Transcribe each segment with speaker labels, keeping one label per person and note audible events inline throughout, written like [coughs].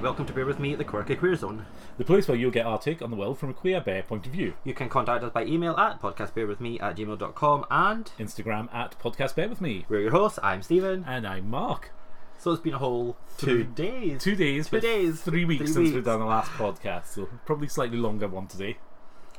Speaker 1: welcome to Bear With Me at the Quirky Queer Zone.
Speaker 2: The place where you'll get our take on the world from a queer bear point of view.
Speaker 1: You can contact us by email at podcastbearwithme at gmail.com and
Speaker 2: Instagram at Podcast Bear With Me.
Speaker 1: we're your hosts. I'm Stephen.
Speaker 2: And I'm Mark.
Speaker 1: So it's been a whole two days.
Speaker 2: Two days.
Speaker 1: Two
Speaker 2: but
Speaker 1: days.
Speaker 2: Three weeks
Speaker 1: Three
Speaker 2: since we've
Speaker 1: weeks.
Speaker 2: done the last podcast, so probably slightly longer one today.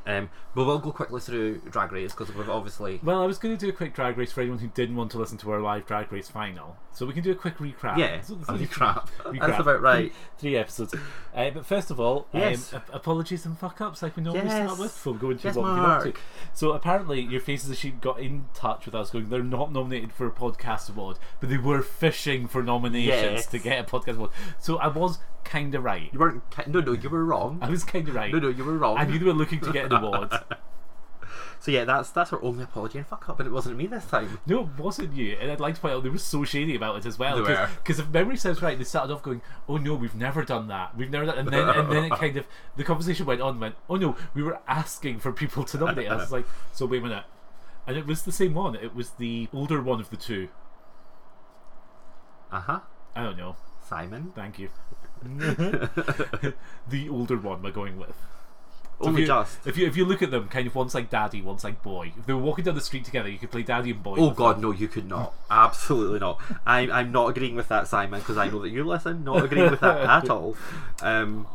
Speaker 1: Um, we will go quickly through Drag Race because we've obviously.
Speaker 2: Well, I was going to do a quick drag race for anyone who didn't want to listen to our live drag race final, so we can do a quick recap.
Speaker 1: Yeah,
Speaker 2: So-
Speaker 1: a recap.
Speaker 2: recap.
Speaker 1: That's about right.
Speaker 2: Three, three episodes. Uh, but first of all,
Speaker 1: Yes.
Speaker 2: um, ap- apologies and fuck ups like we normally
Speaker 1: Yes.
Speaker 2: start with. So we'll go into
Speaker 1: Yes,
Speaker 2: what we've been up to.
Speaker 1: Mark.
Speaker 2: So apparently, your faces as she got in touch with us, going, they're not nominated for a podcast award, but they were fishing for nominations
Speaker 1: Yes.
Speaker 2: to get a podcast award. So I was kind of right.
Speaker 1: You weren't. ki- No, no, you were wrong.
Speaker 2: I was kind of right.
Speaker 1: No, no, you were wrong.
Speaker 2: I knew they were looking to get an award.
Speaker 1: So yeah, that's that's our only apology and fuck up, and it wasn't me this time.
Speaker 2: No, it wasn't you. And I'd like to point out they were so shady about it as well.
Speaker 1: They were.
Speaker 2: Because if memory serves right, they started off going, "Oh no, we've never done that. We've never done." And then
Speaker 1: [laughs]
Speaker 2: and then it kind of the conversation went on. and Went, "Oh no, we were asking for people to nominate us." It's like, so wait a minute. And it was the same one. It was the older one of the two.
Speaker 1: Uh huh.
Speaker 2: I don't know.
Speaker 1: Simon. [laughs]
Speaker 2: Thank you. [laughs] the older one we're going with. So
Speaker 1: Only
Speaker 2: if you,
Speaker 1: just.
Speaker 2: If you if you look at them, kind of one's like daddy, one's like boy. If they were walking down the street together, you could play daddy and boy.
Speaker 1: Oh God, no! You could not. Absolutely not. I'm, I'm not agreeing with that, Simon, because I know that you listen. Not agreeing with that at all. Um,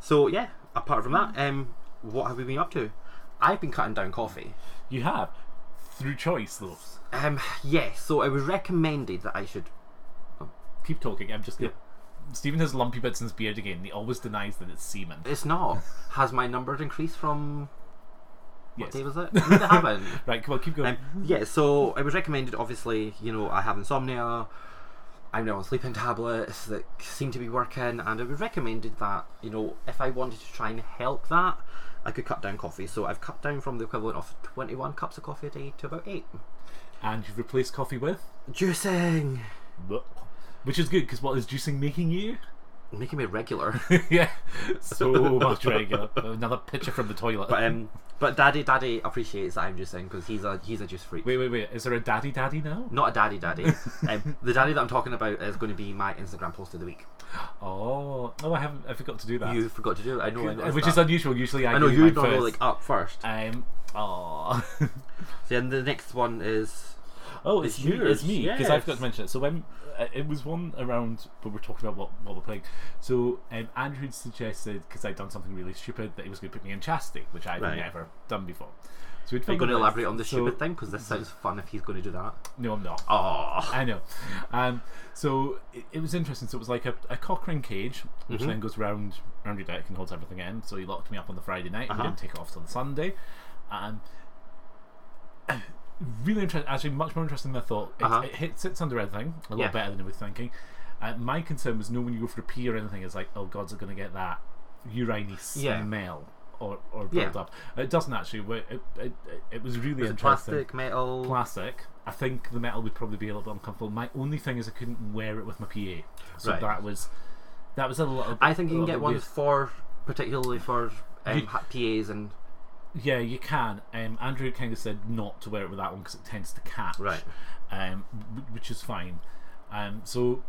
Speaker 1: so yeah. Apart from that, um, what have we been up to? I've been cutting down coffee.
Speaker 2: You have through choice though.
Speaker 1: Um, yeah. So it was recommended that I should.
Speaker 2: Keep talking. I'm just gonna. Stephen has lumpy bits in his beard again. He always denies that it's semen.
Speaker 1: It's not. Has my number increased from
Speaker 2: Yes.
Speaker 1: day was it? No, they haven't.
Speaker 2: Right. Come on. Keep going.
Speaker 1: Um, yeah, so it was recommended. Obviously, you know, I have insomnia. I'm now on sleeping tablets that seem to be working, and it was recommended that you know if I wanted to try and help that, I could cut down coffee. So I've cut down from the equivalent of 21 cups of coffee a day to about eight.
Speaker 2: and you've replaced coffee with,
Speaker 1: Juicing,
Speaker 2: Blech. which is good because what is juicing making you? [laughs]
Speaker 1: making me regular.
Speaker 2: yeah. So much regular. Another picture from the toilet.
Speaker 1: but um, but daddy, daddy appreciates that I'm juicing because he's a he's a juice freak.
Speaker 2: wait, wait, wait. Is there a daddy, daddy now?
Speaker 1: Not a daddy,
Speaker 2: [laughs]
Speaker 1: daddy. um, the daddy that I'm talking about is going to be my Instagram post of the week.
Speaker 2: Oh, no, I haven't. I forgot to do that.
Speaker 1: You forgot to do it. I know. I noticed
Speaker 2: which
Speaker 1: that.
Speaker 2: is unusual. Usually, I,
Speaker 1: I know
Speaker 2: do
Speaker 1: you're
Speaker 2: mine
Speaker 1: normally like
Speaker 2: first.
Speaker 1: up first.
Speaker 2: Um. Oh. [laughs]
Speaker 1: So then the next one is
Speaker 2: Oh, it's,
Speaker 1: It's
Speaker 2: you,
Speaker 1: yours,
Speaker 2: it's me because I've got
Speaker 1: yes.
Speaker 2: to mention it. So when uh, it was one around, when we're talking about what, what we're playing. So um, Andrew had suggested because I'd done something really stupid that he was going to put me in chastity, which I've
Speaker 1: Right.
Speaker 2: never done before. So we'd
Speaker 1: Are you going to elaborate on the
Speaker 2: so,
Speaker 1: stupid thing? Because this sounds fun if he's going to do that.
Speaker 2: No, I'm not.
Speaker 1: Oh,
Speaker 2: [laughs] I know. Um, so it, it was interesting. So it was like a, a cock ring cage, which
Speaker 1: Mm-hmm.
Speaker 2: then goes round round your deck and holds everything in. So he locked me up on the Friday night. and We
Speaker 1: Uh-huh.
Speaker 2: didn't take it off till the Sunday. Um, [coughs] really interesting. Actually, much more interesting than I thought. It,
Speaker 1: Uh-huh.
Speaker 2: it hits sits under everything a lot
Speaker 1: Yeah.
Speaker 2: better than I was thinking. Uh, my concern was no when you go for a pee or anything, it's like, oh God's going to get that uriny
Speaker 1: Yeah.
Speaker 2: smell. Or, or
Speaker 1: Yeah.
Speaker 2: build up. It doesn't actually. It, it, it, it was really
Speaker 1: the
Speaker 2: interesting
Speaker 1: plastic, metal.
Speaker 2: plastic. I think the metal would probably be a little bit uncomfortable. My only thing is I couldn't wear it with my PA, so
Speaker 1: Right.
Speaker 2: that was that was a little.
Speaker 1: I think you can
Speaker 2: a little
Speaker 1: get
Speaker 2: bit
Speaker 1: ones for particularly for um,
Speaker 2: You-
Speaker 1: ha- PAs and
Speaker 2: weird. Yeah, you can. Um, Andrew kind of said not to wear it with that one because it tends to catch,
Speaker 1: Right.
Speaker 2: Um, wh- which is fine. Um, so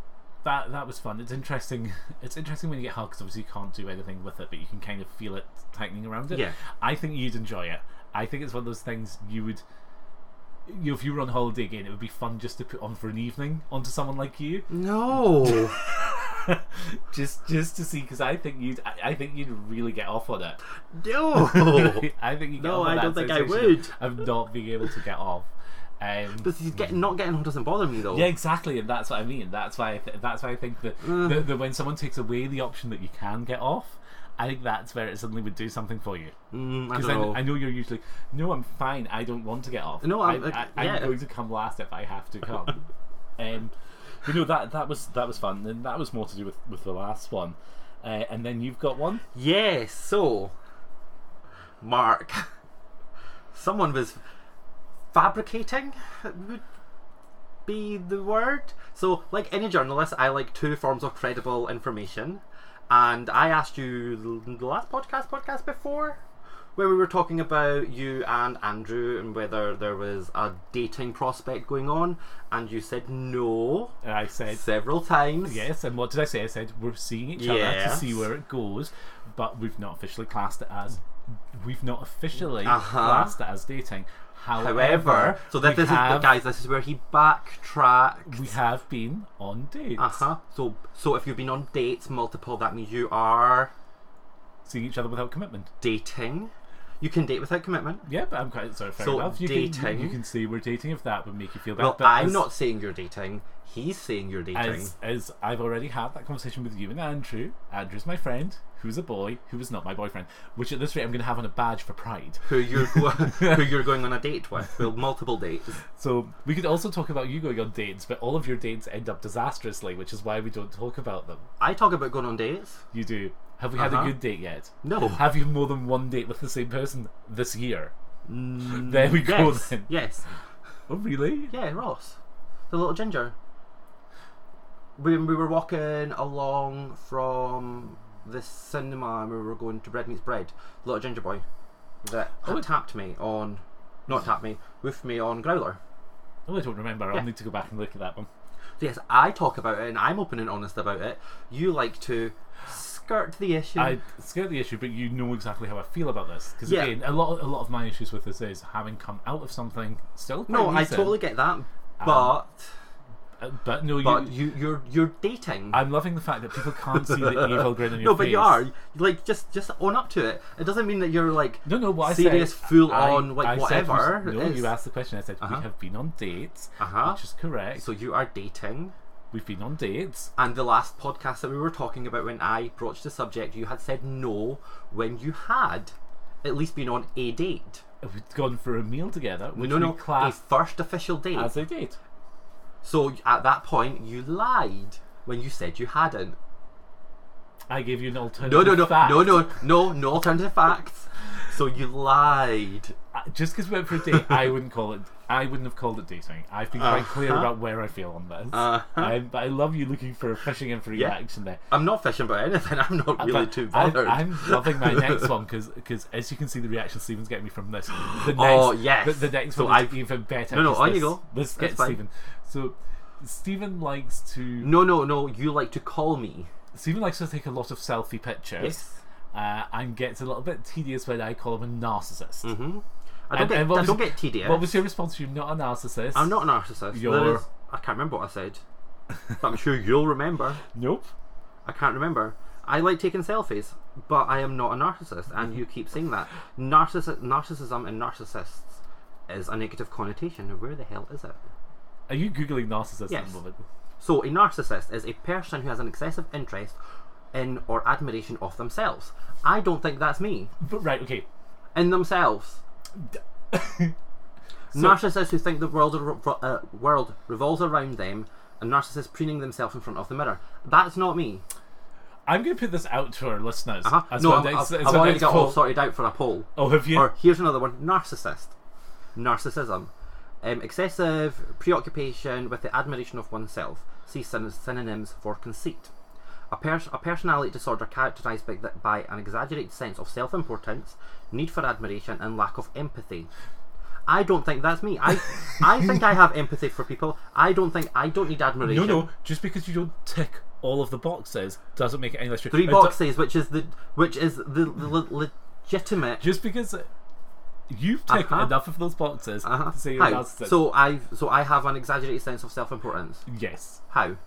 Speaker 2: that that was fun. It's interesting. [laughs] It's interesting when you get hugged 'cause obviously you can't do anything with it, but you can kind of feel it tightening around it.
Speaker 1: Yeah.
Speaker 2: I think you'd enjoy it. I think it's one of those things you would. You know, if you were on holiday again, it would be fun just to put on for an evening onto someone like you,
Speaker 1: Mm. no.
Speaker 2: just just to see. Because I think you'd, I, I think you'd really get off on it.
Speaker 1: [laughs]
Speaker 2: [laughs]
Speaker 1: No,
Speaker 2: I think you. get
Speaker 1: No,
Speaker 2: off on
Speaker 1: I
Speaker 2: that
Speaker 1: don't think I
Speaker 2: sensation
Speaker 1: would.
Speaker 2: Of not being able to get off. Um,
Speaker 1: but he's getting not getting home doesn't bother me though.
Speaker 2: yeah, exactly, and that's what I mean. That's why I th- that's why I think that,
Speaker 1: Uh.
Speaker 2: that, that when someone takes away the option that you can get off, I think that's where it suddenly would do something for you.
Speaker 1: Mm, I
Speaker 2: Because
Speaker 1: don't know.
Speaker 2: I, know you're usually no, I'm fine. I don't want to get off.
Speaker 1: No, I'm-
Speaker 2: I,
Speaker 1: I- yeah.
Speaker 2: am going to come last if I have to
Speaker 1: [laughs]
Speaker 2: come. um, but no, that that was that was fun, and that was more to do with with the last one. Uh, and then you've got one.
Speaker 1: Yeah, so Mark, someone was fabricating would be the word. So, like any journalist, I like two forms of credible information, and I asked you the last podcast, podcast before, when we were talking about you and Andrew and whether there was a dating prospect going on, and you said no
Speaker 2: And I said
Speaker 1: several times.
Speaker 2: yes. And what did I say? I said we're seeing each other to
Speaker 1: Yes.
Speaker 2: see where it goes, but we've not officially classed it as we've not officially
Speaker 1: Uh-huh.
Speaker 2: classed it as dating. However,
Speaker 1: However, so
Speaker 2: we
Speaker 1: that this
Speaker 2: have,
Speaker 1: is guys. This is where he backtracked.
Speaker 2: we have been on dates,
Speaker 1: Uh huh. So so if you've been on dates multiple, that means you are
Speaker 2: seeing each other without commitment.
Speaker 1: dating. You can date without commitment.
Speaker 2: Yeah, but I'm quite sorry. Fair
Speaker 1: So,
Speaker 2: enough. You Can,
Speaker 1: dating-
Speaker 2: you can say we're dating if that would make you feel bad.
Speaker 1: Well,
Speaker 2: but
Speaker 1: I'm
Speaker 2: as-
Speaker 1: not saying you're dating. He's saying you're dating.
Speaker 2: As, as I've already had that conversation with you and Andrew. Andrew's my friend, who's a boy, who is not my boyfriend. Which at this rate, I'm going to have on a badge for pride.
Speaker 1: Who you're go-
Speaker 2: [laughs]
Speaker 1: who you're going on a date with? Well, multiple dates.
Speaker 2: So we could also talk about you going on dates, but all of your dates end up disastrously, which is why we don't talk about them.
Speaker 1: I talk about going on dates.
Speaker 2: You do. Have we had
Speaker 1: Uh-huh.
Speaker 2: a good date yet?
Speaker 1: No.
Speaker 2: Have you more than one date with the same person this year? there we [laughs] go
Speaker 1: Mm, Yes.
Speaker 2: then.
Speaker 1: Yes.
Speaker 2: Oh really?
Speaker 1: Yeah, Ross, the little ginger. When we were walking along from the cinema and we were going to Bread Meets Bread, the little ginger boy that had
Speaker 2: Oh.
Speaker 1: tapped me on, not tapped me, with me on Growler.
Speaker 2: Oh, I don't remember. I'll
Speaker 1: Yeah.
Speaker 2: need to go back and look at that one.
Speaker 1: So yes, I talk about it and I'm open and honest about it. You like to skirt the issue.
Speaker 2: I scared the issue, but you know exactly how I feel about this because
Speaker 1: Yeah.
Speaker 2: again, a lot, a lot of my issues with this is having come out of something still.
Speaker 1: no,
Speaker 2: quite
Speaker 1: I
Speaker 2: recent,
Speaker 1: totally get that, but
Speaker 2: uh, But no,
Speaker 1: but
Speaker 2: Um, you.
Speaker 1: you you're you're dating.
Speaker 2: I'm loving the fact that people can't see
Speaker 1: [laughs]
Speaker 2: the evil grin on
Speaker 1: no,
Speaker 2: your face.
Speaker 1: but you are like just just own up to it. It doesn't mean that you're like
Speaker 2: No, no. What
Speaker 1: serious
Speaker 2: I said,
Speaker 1: full
Speaker 2: I-
Speaker 1: on like
Speaker 2: I said you-
Speaker 1: whatever.
Speaker 2: no,
Speaker 1: it's-
Speaker 2: you asked the question. I said
Speaker 1: Uh-huh.
Speaker 2: we have been on dates,
Speaker 1: Uh-huh.
Speaker 2: which is correct.
Speaker 1: So you are dating,
Speaker 2: We've been on dates.
Speaker 1: and the last podcast that we were talking about when I broached the subject, you had said no when you had at least been on a date.
Speaker 2: We've gone for a meal together, which
Speaker 1: No,
Speaker 2: we
Speaker 1: no, a
Speaker 2: classed
Speaker 1: first official date.
Speaker 2: as a date.
Speaker 1: so at that point, you lied when you said you hadn't.
Speaker 2: I gave you an alternative.
Speaker 1: No, no, no,
Speaker 2: fact.
Speaker 1: no, no, no, no alternative facts. So you lied.
Speaker 2: I- Uh, just because we went for a date, I wouldn't call it. I wouldn't have called it dating. I've been quite clear
Speaker 1: Uh-huh.
Speaker 2: about where I feel on this.
Speaker 1: Uh-huh.
Speaker 2: I, but I love you looking for a fishing and free
Speaker 1: Yeah.
Speaker 2: reaction there.
Speaker 1: I'm not fishing about anything. [laughs] I'm not really
Speaker 2: But
Speaker 1: too
Speaker 2: I'm-
Speaker 1: bothered.
Speaker 2: I'm,
Speaker 1: [laughs]
Speaker 2: loving my next one because, as you can see, the reaction Stephen's getting me from this. The next,
Speaker 1: Oh, yes.
Speaker 2: The, the next
Speaker 1: So
Speaker 2: one is
Speaker 1: I've-
Speaker 2: even better.
Speaker 1: No, no,
Speaker 2: 'cause
Speaker 1: on you
Speaker 2: this-
Speaker 1: go.
Speaker 2: This
Speaker 1: That's
Speaker 2: gets
Speaker 1: fine.
Speaker 2: Stephen. So Stephen likes to.
Speaker 1: no, no, no. You like to call me.
Speaker 2: Stephen likes to take a lot of selfie pictures.
Speaker 1: Yes.
Speaker 2: Uh, and gets a little bit tedious when I call him a narcissist.
Speaker 1: Mm-hmm. I don't,
Speaker 2: And-
Speaker 1: get,
Speaker 2: and what
Speaker 1: I
Speaker 2: was-
Speaker 1: don't get tedious.
Speaker 2: What was your response? You're not a narcissist.
Speaker 1: I'm not a narcissist. There
Speaker 2: You're-
Speaker 1: is- I can't remember what I said, but I'm sure you'll remember.
Speaker 2: Nope.
Speaker 1: I can't remember. I like taking selfies, but I am not a narcissist, and you keep saying that. Narcissi- narcissism and narcissists is a negative connotation. Where the hell is it?
Speaker 2: Are you googling narcissist at
Speaker 1: Yes.
Speaker 2: the moment?
Speaker 1: So, a narcissist is a person who has an excessive interest in or admiration of themselves. I don't think that's me.
Speaker 2: But right, okay.
Speaker 1: In themselves. [laughs] narcissists who think the world ar- uh, world revolves around them, and narcissists preening themselves in front of the mirror. That's not me.
Speaker 2: I'm going to put this out to our listeners.
Speaker 1: Huh?
Speaker 2: as
Speaker 1: Uh-huh. No,
Speaker 2: our
Speaker 1: I've,
Speaker 2: next-
Speaker 1: I've,
Speaker 2: as
Speaker 1: I've
Speaker 2: our
Speaker 1: already
Speaker 2: next
Speaker 1: got all
Speaker 2: poll.
Speaker 1: sorted out for a poll.
Speaker 2: Oh, have you?
Speaker 1: Or here's another one: narcissist, narcissism, um, excessive preoccupation with the admiration of oneself. See syn- synonyms for conceit. A, pers- a personality disorder characterized by, th- by an exaggerated sense of self-importance, need for admiration, and lack of empathy. I don't think that's me. I,
Speaker 2: [laughs]
Speaker 1: I think I have empathy for people. I don't think I don't need
Speaker 2: no,
Speaker 1: admiration.
Speaker 2: no. Just because you don't tick all of the boxes doesn't make it any less true.
Speaker 1: Three
Speaker 2: It do-
Speaker 1: boxes, which is the which is the, the le- legitimate
Speaker 2: just because you've ticked
Speaker 1: Uh-huh.
Speaker 2: enough of those boxes
Speaker 1: Uh-huh.
Speaker 2: to say you're a
Speaker 1: How?
Speaker 2: narcissist.
Speaker 1: So I so I have an exaggerated sense of self-importance.
Speaker 2: yes. [laughs]
Speaker 1: How?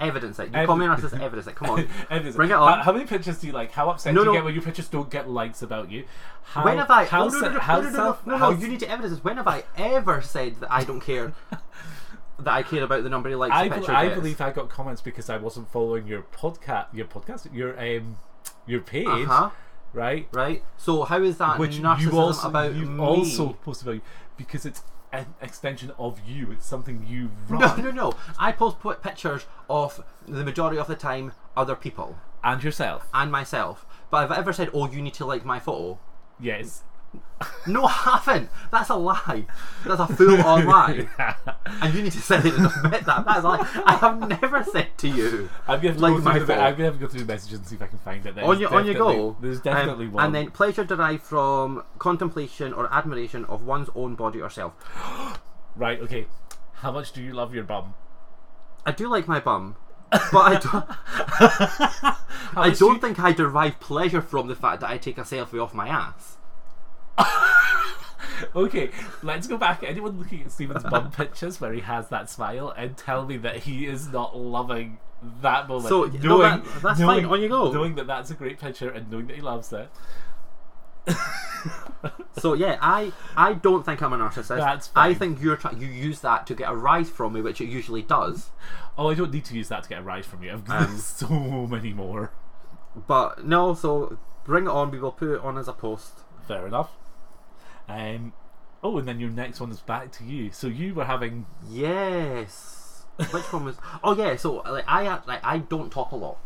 Speaker 1: Evidence it. You call me a
Speaker 2: Evi-
Speaker 1: narcissist. Evidence it. Come on.
Speaker 2: And it's-
Speaker 1: Bring it
Speaker 2: [laughs] how-
Speaker 1: on.
Speaker 2: How, many pictures do you like? How upset
Speaker 1: No,
Speaker 2: do you
Speaker 1: no.
Speaker 2: get when your pictures don't get likes about you? How,
Speaker 1: When have I?
Speaker 2: How,
Speaker 1: oh, no,
Speaker 2: se-
Speaker 1: no, no,
Speaker 2: how
Speaker 1: no, no, no,
Speaker 2: self-
Speaker 1: no, no,
Speaker 2: how-
Speaker 1: You need to evidence this. When have I ever said that I don't
Speaker 2: [laughs]
Speaker 1: care? that I care about the number of likes
Speaker 2: I,
Speaker 1: a
Speaker 2: bel
Speaker 1: picture
Speaker 2: I
Speaker 1: gets?
Speaker 2: believe I got comments because I wasn't following your podcast, your podcast, your um, your page,
Speaker 1: Uh-huh.
Speaker 2: right?
Speaker 1: Right. So how is that
Speaker 2: Which
Speaker 1: narcissism
Speaker 2: you also
Speaker 1: about
Speaker 2: you
Speaker 1: me?
Speaker 2: also post about you because it's an extension of you. It's something you run.
Speaker 1: [laughs] No, no, no. I post put pictures of the majority of the time other people
Speaker 2: and yourself.
Speaker 1: and myself. But have I ever said, "Oh, you need to like my photo"? [laughs]
Speaker 2: Yes,
Speaker 1: No, I haven't. That's a lie. That's a full
Speaker 2: [laughs]
Speaker 1: on lie. And you need to say it and admit that. That's a lie. I have never said to you.
Speaker 2: I'm gonna have to
Speaker 1: Like
Speaker 2: go
Speaker 1: my
Speaker 2: through the,
Speaker 1: fault.
Speaker 2: I'm gonna have to go through the messages and see if I can find it. There's
Speaker 1: on your on your
Speaker 2: definitely-
Speaker 1: goal.
Speaker 2: There's
Speaker 1: um,
Speaker 2: definitely one.
Speaker 1: And then pleasure derived from contemplation or admiration of one's own body or self.
Speaker 2: right, okay. How much do you love your bum?
Speaker 1: I do like my bum, but I
Speaker 2: [laughs]
Speaker 1: don't.
Speaker 2: How
Speaker 1: I
Speaker 2: much do
Speaker 1: don't
Speaker 2: you-
Speaker 1: think I derive pleasure from the fact that I take a selfie off my ass.
Speaker 2: Okay, let's go back. Anyone looking at Stephen's
Speaker 1: [laughs]
Speaker 2: bum pictures where he has that smile and tell me that he is not loving that moment.
Speaker 1: So,
Speaker 2: knowing,
Speaker 1: no, that- that's
Speaker 2: knowing,
Speaker 1: fine, on you go.
Speaker 2: Knowing that that's a great picture and knowing that he loves it.
Speaker 1: So yeah, I I don't think I'm a narcissist.
Speaker 2: That's
Speaker 1: I
Speaker 2: fine.
Speaker 1: think you're try- you use that to get a rise from me, which it usually does.
Speaker 2: Oh, I don't need to use that to get a rise from you. I've got
Speaker 1: Um,
Speaker 2: [laughs] so many more.
Speaker 1: But no, so bring it on. We will put it on as a post.
Speaker 2: Fair enough. Um, oh, and then your next one is back to you. So you were having
Speaker 1: Yes. Which one was? [laughs] Oh yeah. So like I act- like I don't talk a lot.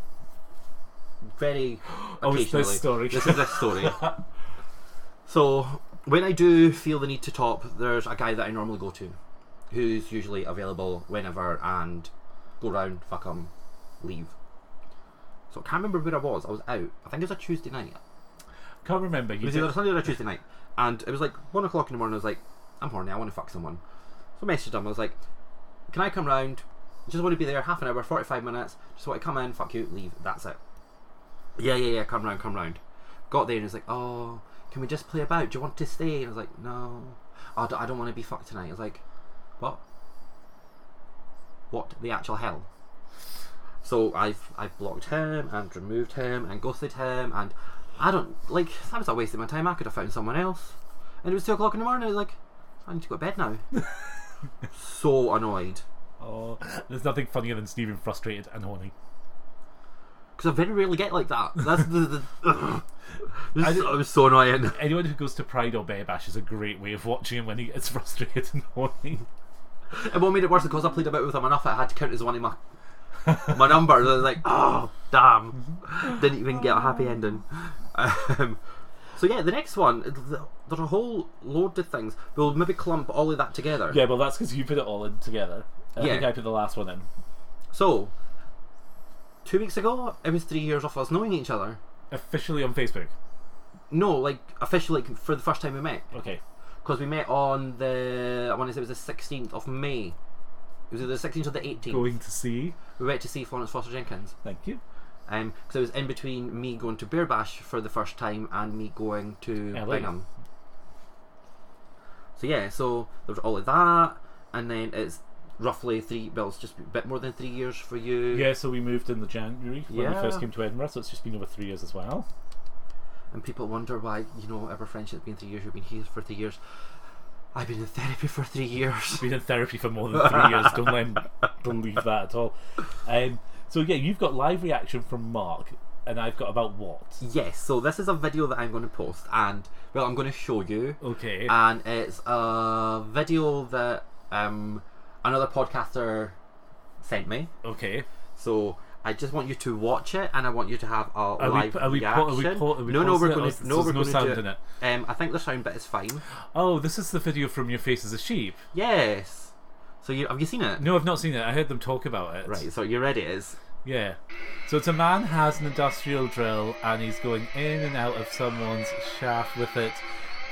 Speaker 1: Very.
Speaker 2: [gasps] Oh, it's this
Speaker 1: occasionally.
Speaker 2: story.
Speaker 1: This
Speaker 2: [laughs]
Speaker 1: is this story. so when I do feel the need to talk, there's a guy that I normally go to, who's usually available whenever and go round, fuck him, leave. So I can't remember where I was. I was out. I think it was a Tuesday night.
Speaker 2: can't remember.
Speaker 1: It
Speaker 2: You
Speaker 1: was either
Speaker 2: did,
Speaker 1: a Sunday or a Tuesday night, and it was like one o'clock in the morning. I was like, I'm horny. I want to fuck someone. So I messaged him. I was like, Can I come round? Just want to be there half an hour, forty-five minutes. Just want to come in, fuck you, leave. That's it. Yeah, yeah, yeah. Come round, come round. Got there and he's like, Oh, can we just play about? Do you want to stay? And I was like, No, "Oh, I don't, I don't want to be fucked tonight. I was like, What? What the actual hell? So I've I've blocked him and removed him and ghosted him and I don't like that was a waste of my time. I could have found someone else. And it was two o'clock in the morning. I was like, I need to go to bed now. so annoyed
Speaker 2: oh, there's nothing funnier than Stephen frustrated and horny.
Speaker 1: because I very rarely get like that. That's the, the [laughs] this,
Speaker 2: I
Speaker 1: is-
Speaker 2: did-
Speaker 1: it was so annoying.
Speaker 2: Anyone who goes to Pride or Bash is a great way of watching him when he gets [laughs] frustrated and horny.
Speaker 1: And what made it worse because I played about with him enough. I had to count as one of my my numbers. I was like, oh damn, didn't even get a happy ending. Um, so yeah, the next one, th- there's a whole load of things. We'll maybe clump all of that together.
Speaker 2: Yeah, well, that's because you put it all in together. I
Speaker 1: Yeah.
Speaker 2: think I put the last one in.
Speaker 1: So, two weeks ago, it was three years of us knowing each other.
Speaker 2: Officially on Facebook.
Speaker 1: No, like officially like, for the first time we met
Speaker 2: Okay.
Speaker 1: because we met on the I want to say it was the 16th of May. It was either the 16th or the 18th.
Speaker 2: Going to see.
Speaker 1: We went to see Florence Foster Jenkins.
Speaker 2: Thank you.
Speaker 1: Um, because it was in between me going to Bear Bash for the first time and me going to
Speaker 2: Yeah, like-
Speaker 1: Bingham. So yeah, so there was all of that, and then it's roughly three, well, it's just a bit more than three years for you.
Speaker 2: Yeah, so we moved in the January when we
Speaker 1: Yeah.
Speaker 2: first came to Edinburgh, so it's just been over three years as well.
Speaker 1: And people wonder why, you know, our friendship's been three years, you've been here for three years. I've been in therapy for three years. [laughs]
Speaker 2: been in therapy for more than three years. Don't let him believe that at all. Um, so yeah, you've got live reaction from Mark, and I've got about what?
Speaker 1: yes, so this is a video that I'm going to post, and, well, I'm going to show you.
Speaker 2: Okay.
Speaker 1: And it's a video that um, another podcaster sent me.
Speaker 2: okay.
Speaker 1: So I just want you to watch it, and I want you to have a
Speaker 2: Are we,
Speaker 1: live
Speaker 2: are we, po-
Speaker 1: reaction.
Speaker 2: are we, po- are we
Speaker 1: no, no, we're
Speaker 2: posting
Speaker 1: going
Speaker 2: it?
Speaker 1: to
Speaker 2: Oh,
Speaker 1: no,
Speaker 2: there's
Speaker 1: we're
Speaker 2: no
Speaker 1: going
Speaker 2: sound
Speaker 1: to do
Speaker 2: in it.
Speaker 1: Um, I think the sound bit is fine.
Speaker 2: Oh, this is the video from Your Face as a Sheep.
Speaker 1: Yes. So you have you seen it?
Speaker 2: No, I've not seen it. I heard them talk about it.
Speaker 1: Right. So you're ready. It is.
Speaker 2: Yeah. So it's a man has an industrial drill and he's going in and out of someone's shaft with it,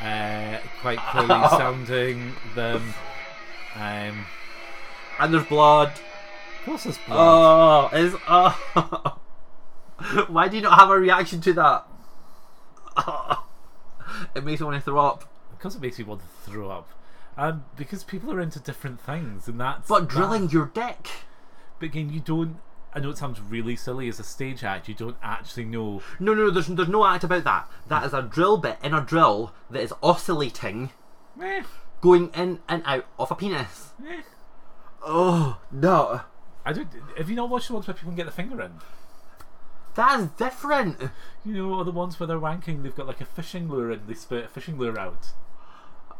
Speaker 2: uh,
Speaker 1: [laughs]
Speaker 2: quite clearly sounding them. Um,
Speaker 1: And there's blood.
Speaker 2: what's this?
Speaker 1: Oh,
Speaker 2: blood?
Speaker 1: it's oh. [laughs] Why do you not have a reaction to that? [laughs] it makes me want to throw up.
Speaker 2: because it makes me want to throw up. Um, because people are into different things, and that's
Speaker 1: But drilling your dick.
Speaker 2: that- But again, you don't. I know it sounds really silly as a stage act. You don't actually know.
Speaker 1: No, no, there's there's no act about that. That is a drill bit in a drill that is oscillating,
Speaker 2: Meh,
Speaker 1: going in and out of a penis.
Speaker 2: meh.
Speaker 1: Oh no,
Speaker 2: I don't. Have you not watched the ones where people can get the finger in?
Speaker 1: that is different.
Speaker 2: You know, or the ones where they're wanking. They've got like a fishing lure and they spit a fishing lure out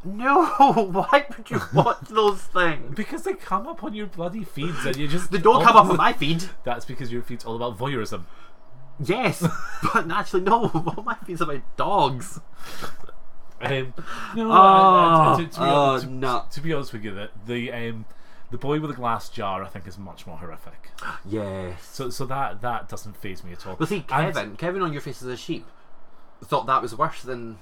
Speaker 1: No, [laughs] why would you watch those things?
Speaker 2: because they come up on your bloody feeds and you
Speaker 1: [laughs]
Speaker 2: just
Speaker 1: They don't
Speaker 2: all-
Speaker 1: come up on my feed.
Speaker 2: That's because your feed's all about voyeurism.
Speaker 1: [laughs] Yes, but actually no. All my feed's about dogs.
Speaker 2: Um,
Speaker 1: Oh,
Speaker 2: no, I- I- to, to be
Speaker 1: oh,
Speaker 2: honest, to,
Speaker 1: no.
Speaker 2: to be honest with you, the the, um, the boy with the glass jar, I think, is much more horrific.
Speaker 1: Yes.
Speaker 2: So so that that doesn't phase me at all.
Speaker 1: But see,
Speaker 2: And-
Speaker 1: Kevin, Kevin on your face is a sheep. Thought that was worse than.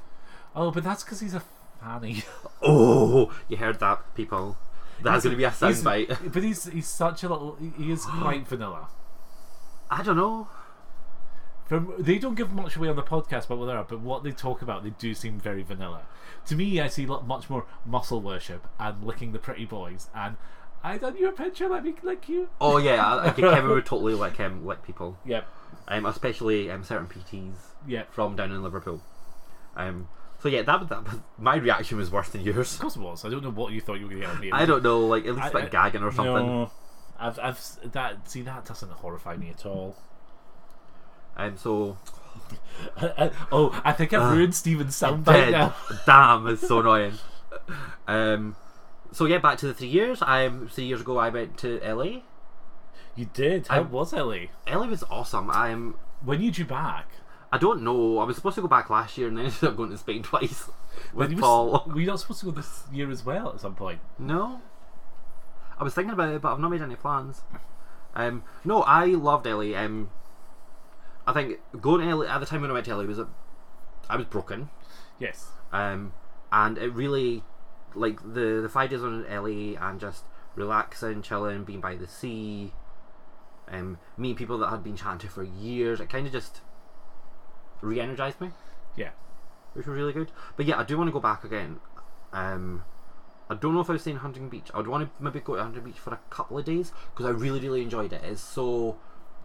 Speaker 2: oh, but that's because he's a fanny.
Speaker 1: Oh, you heard that, people. That's going to be a
Speaker 2: [laughs] He's-
Speaker 1: soundbite.
Speaker 2: But he's he's such a little. he- He is quite vanilla.
Speaker 1: I don't know.
Speaker 2: From they don't give much away on the podcast about what they are, but what they talk about, they do seem very vanilla. To me, I see lot much more muscle worship and licking the pretty boys and. I done you a picture. Let me lick you.
Speaker 1: Oh yeah, I, I, Kevin [laughs] would totally like him, like people,
Speaker 2: Yep.
Speaker 1: um, especially um, certain PTs
Speaker 2: Yep.
Speaker 1: from down in Liverpool. Um, so yeah, that, that my reaction was worse than yours.
Speaker 2: Of course it was. I don't know what you thought you were going to get out of me.
Speaker 1: I don't know, like at least
Speaker 2: I-
Speaker 1: like gagging or something.
Speaker 2: No, I've, I've s- that see that doesn't horrify me at all. [laughs]
Speaker 1: Um, so
Speaker 2: oh, I think
Speaker 1: Uh,
Speaker 2: I've ruined Steven's soundbite
Speaker 1: dead.
Speaker 2: now.
Speaker 1: Damn, it's so annoying. Um, so yeah, back to the three years. Um, three years ago, I went to LA.
Speaker 2: You did. How
Speaker 1: I-
Speaker 2: was Ellie?
Speaker 1: LA was awesome. I'm.
Speaker 2: When you drew back?
Speaker 1: I don't know. I was supposed to go back last year, and then [laughs] I ended up going to Spain twice
Speaker 2: When
Speaker 1: with
Speaker 2: you was-
Speaker 1: Paul.
Speaker 2: were you not supposed to go this year as well at some point?
Speaker 1: No. I was thinking about it, but I've not made any plans. Um, no, I loved LA. Um, I think going to LA at the time when I went to LA was a, I was broken.
Speaker 2: Yes.
Speaker 1: Um, and it really, like the the five days on in LA and just relaxing, chilling, being by the sea, um, meeting people that had been chatting to for years. It kind of just re-energized me
Speaker 2: Yeah.
Speaker 1: which was really good. But yeah, I do want to go back again. Um, I don't know if I was saying Huntington Beach. I'd want to maybe go to Huntington Beach for a couple of days because I really, really enjoyed it. It's so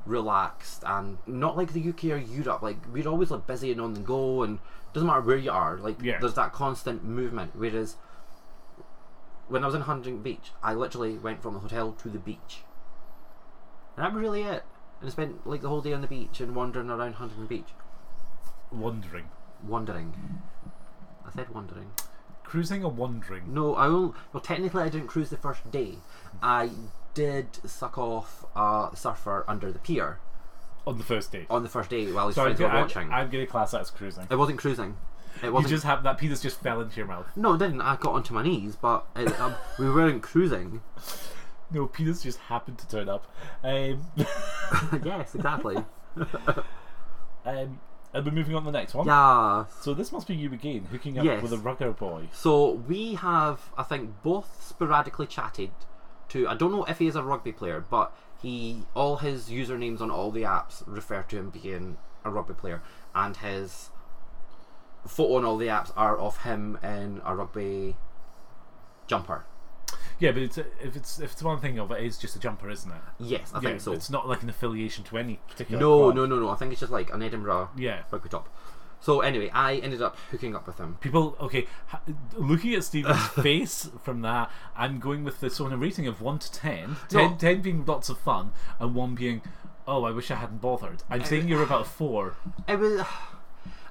Speaker 1: relaxed and not like the UK or Europe. Like we're always like busy and on the go, and doesn't matter where you are. Like
Speaker 2: Yeah.
Speaker 1: there's that constant movement. Whereas when I was in Huntington Beach, I literally went from the hotel to the beach, and that was really it. And I spent like the whole day on the beach and wandering around Huntington Beach,
Speaker 2: Wandering.
Speaker 1: wandering. I said wandering.
Speaker 2: Cruising or wandering?
Speaker 1: No, I only. Well, technically, I didn't cruise the first day. I did suck off a surfer under the pier
Speaker 2: On the first day.
Speaker 1: on the first day while his
Speaker 2: Sorry,
Speaker 1: friends were
Speaker 2: I'm,
Speaker 1: Oh, watching.
Speaker 2: I'm going to class that as cruising.
Speaker 1: it wasn't cruising. It
Speaker 2: You
Speaker 1: wasn't.
Speaker 2: just have that penis just fell into your mouth.
Speaker 1: No, it didn't. I got onto my knees, but it, um, we weren't cruising. [laughs]
Speaker 2: No, penis just happened to turn up. Um, [laughs]
Speaker 1: yes, exactly.
Speaker 2: um, and we're moving on to the next one.
Speaker 1: Yeah.
Speaker 2: So this must be you again, hooking up
Speaker 1: Yes.
Speaker 2: with a rugger boy.
Speaker 1: So we have, I think, both sporadically chatted to. I don't know if he is a rugby player, but he all his usernames on all the apps refer to him being a rugby player, and his photo on all the apps are of him in a rugby jumper.
Speaker 2: Yeah, but it's, if it's if it's one thing of it is just a jumper, isn't it?
Speaker 1: Yes, I
Speaker 2: yeah,
Speaker 1: think so.
Speaker 2: It's not like an affiliation to any particular.
Speaker 1: no,
Speaker 2: club.
Speaker 1: no, no, no. I think it's just like an Edinburgh
Speaker 2: Yeah,
Speaker 1: rugby top. So anyway, I ended up hooking up with him.
Speaker 2: people. Okay, ha- looking
Speaker 1: [laughs]
Speaker 2: at Steven's face from that, I'm going with this on a rating of one to ten. 10,
Speaker 1: No.
Speaker 2: 10 being lots of fun, and one being, oh, I wish I hadn't bothered. I'm saying you're about
Speaker 1: [laughs]
Speaker 2: a four.
Speaker 1: It was.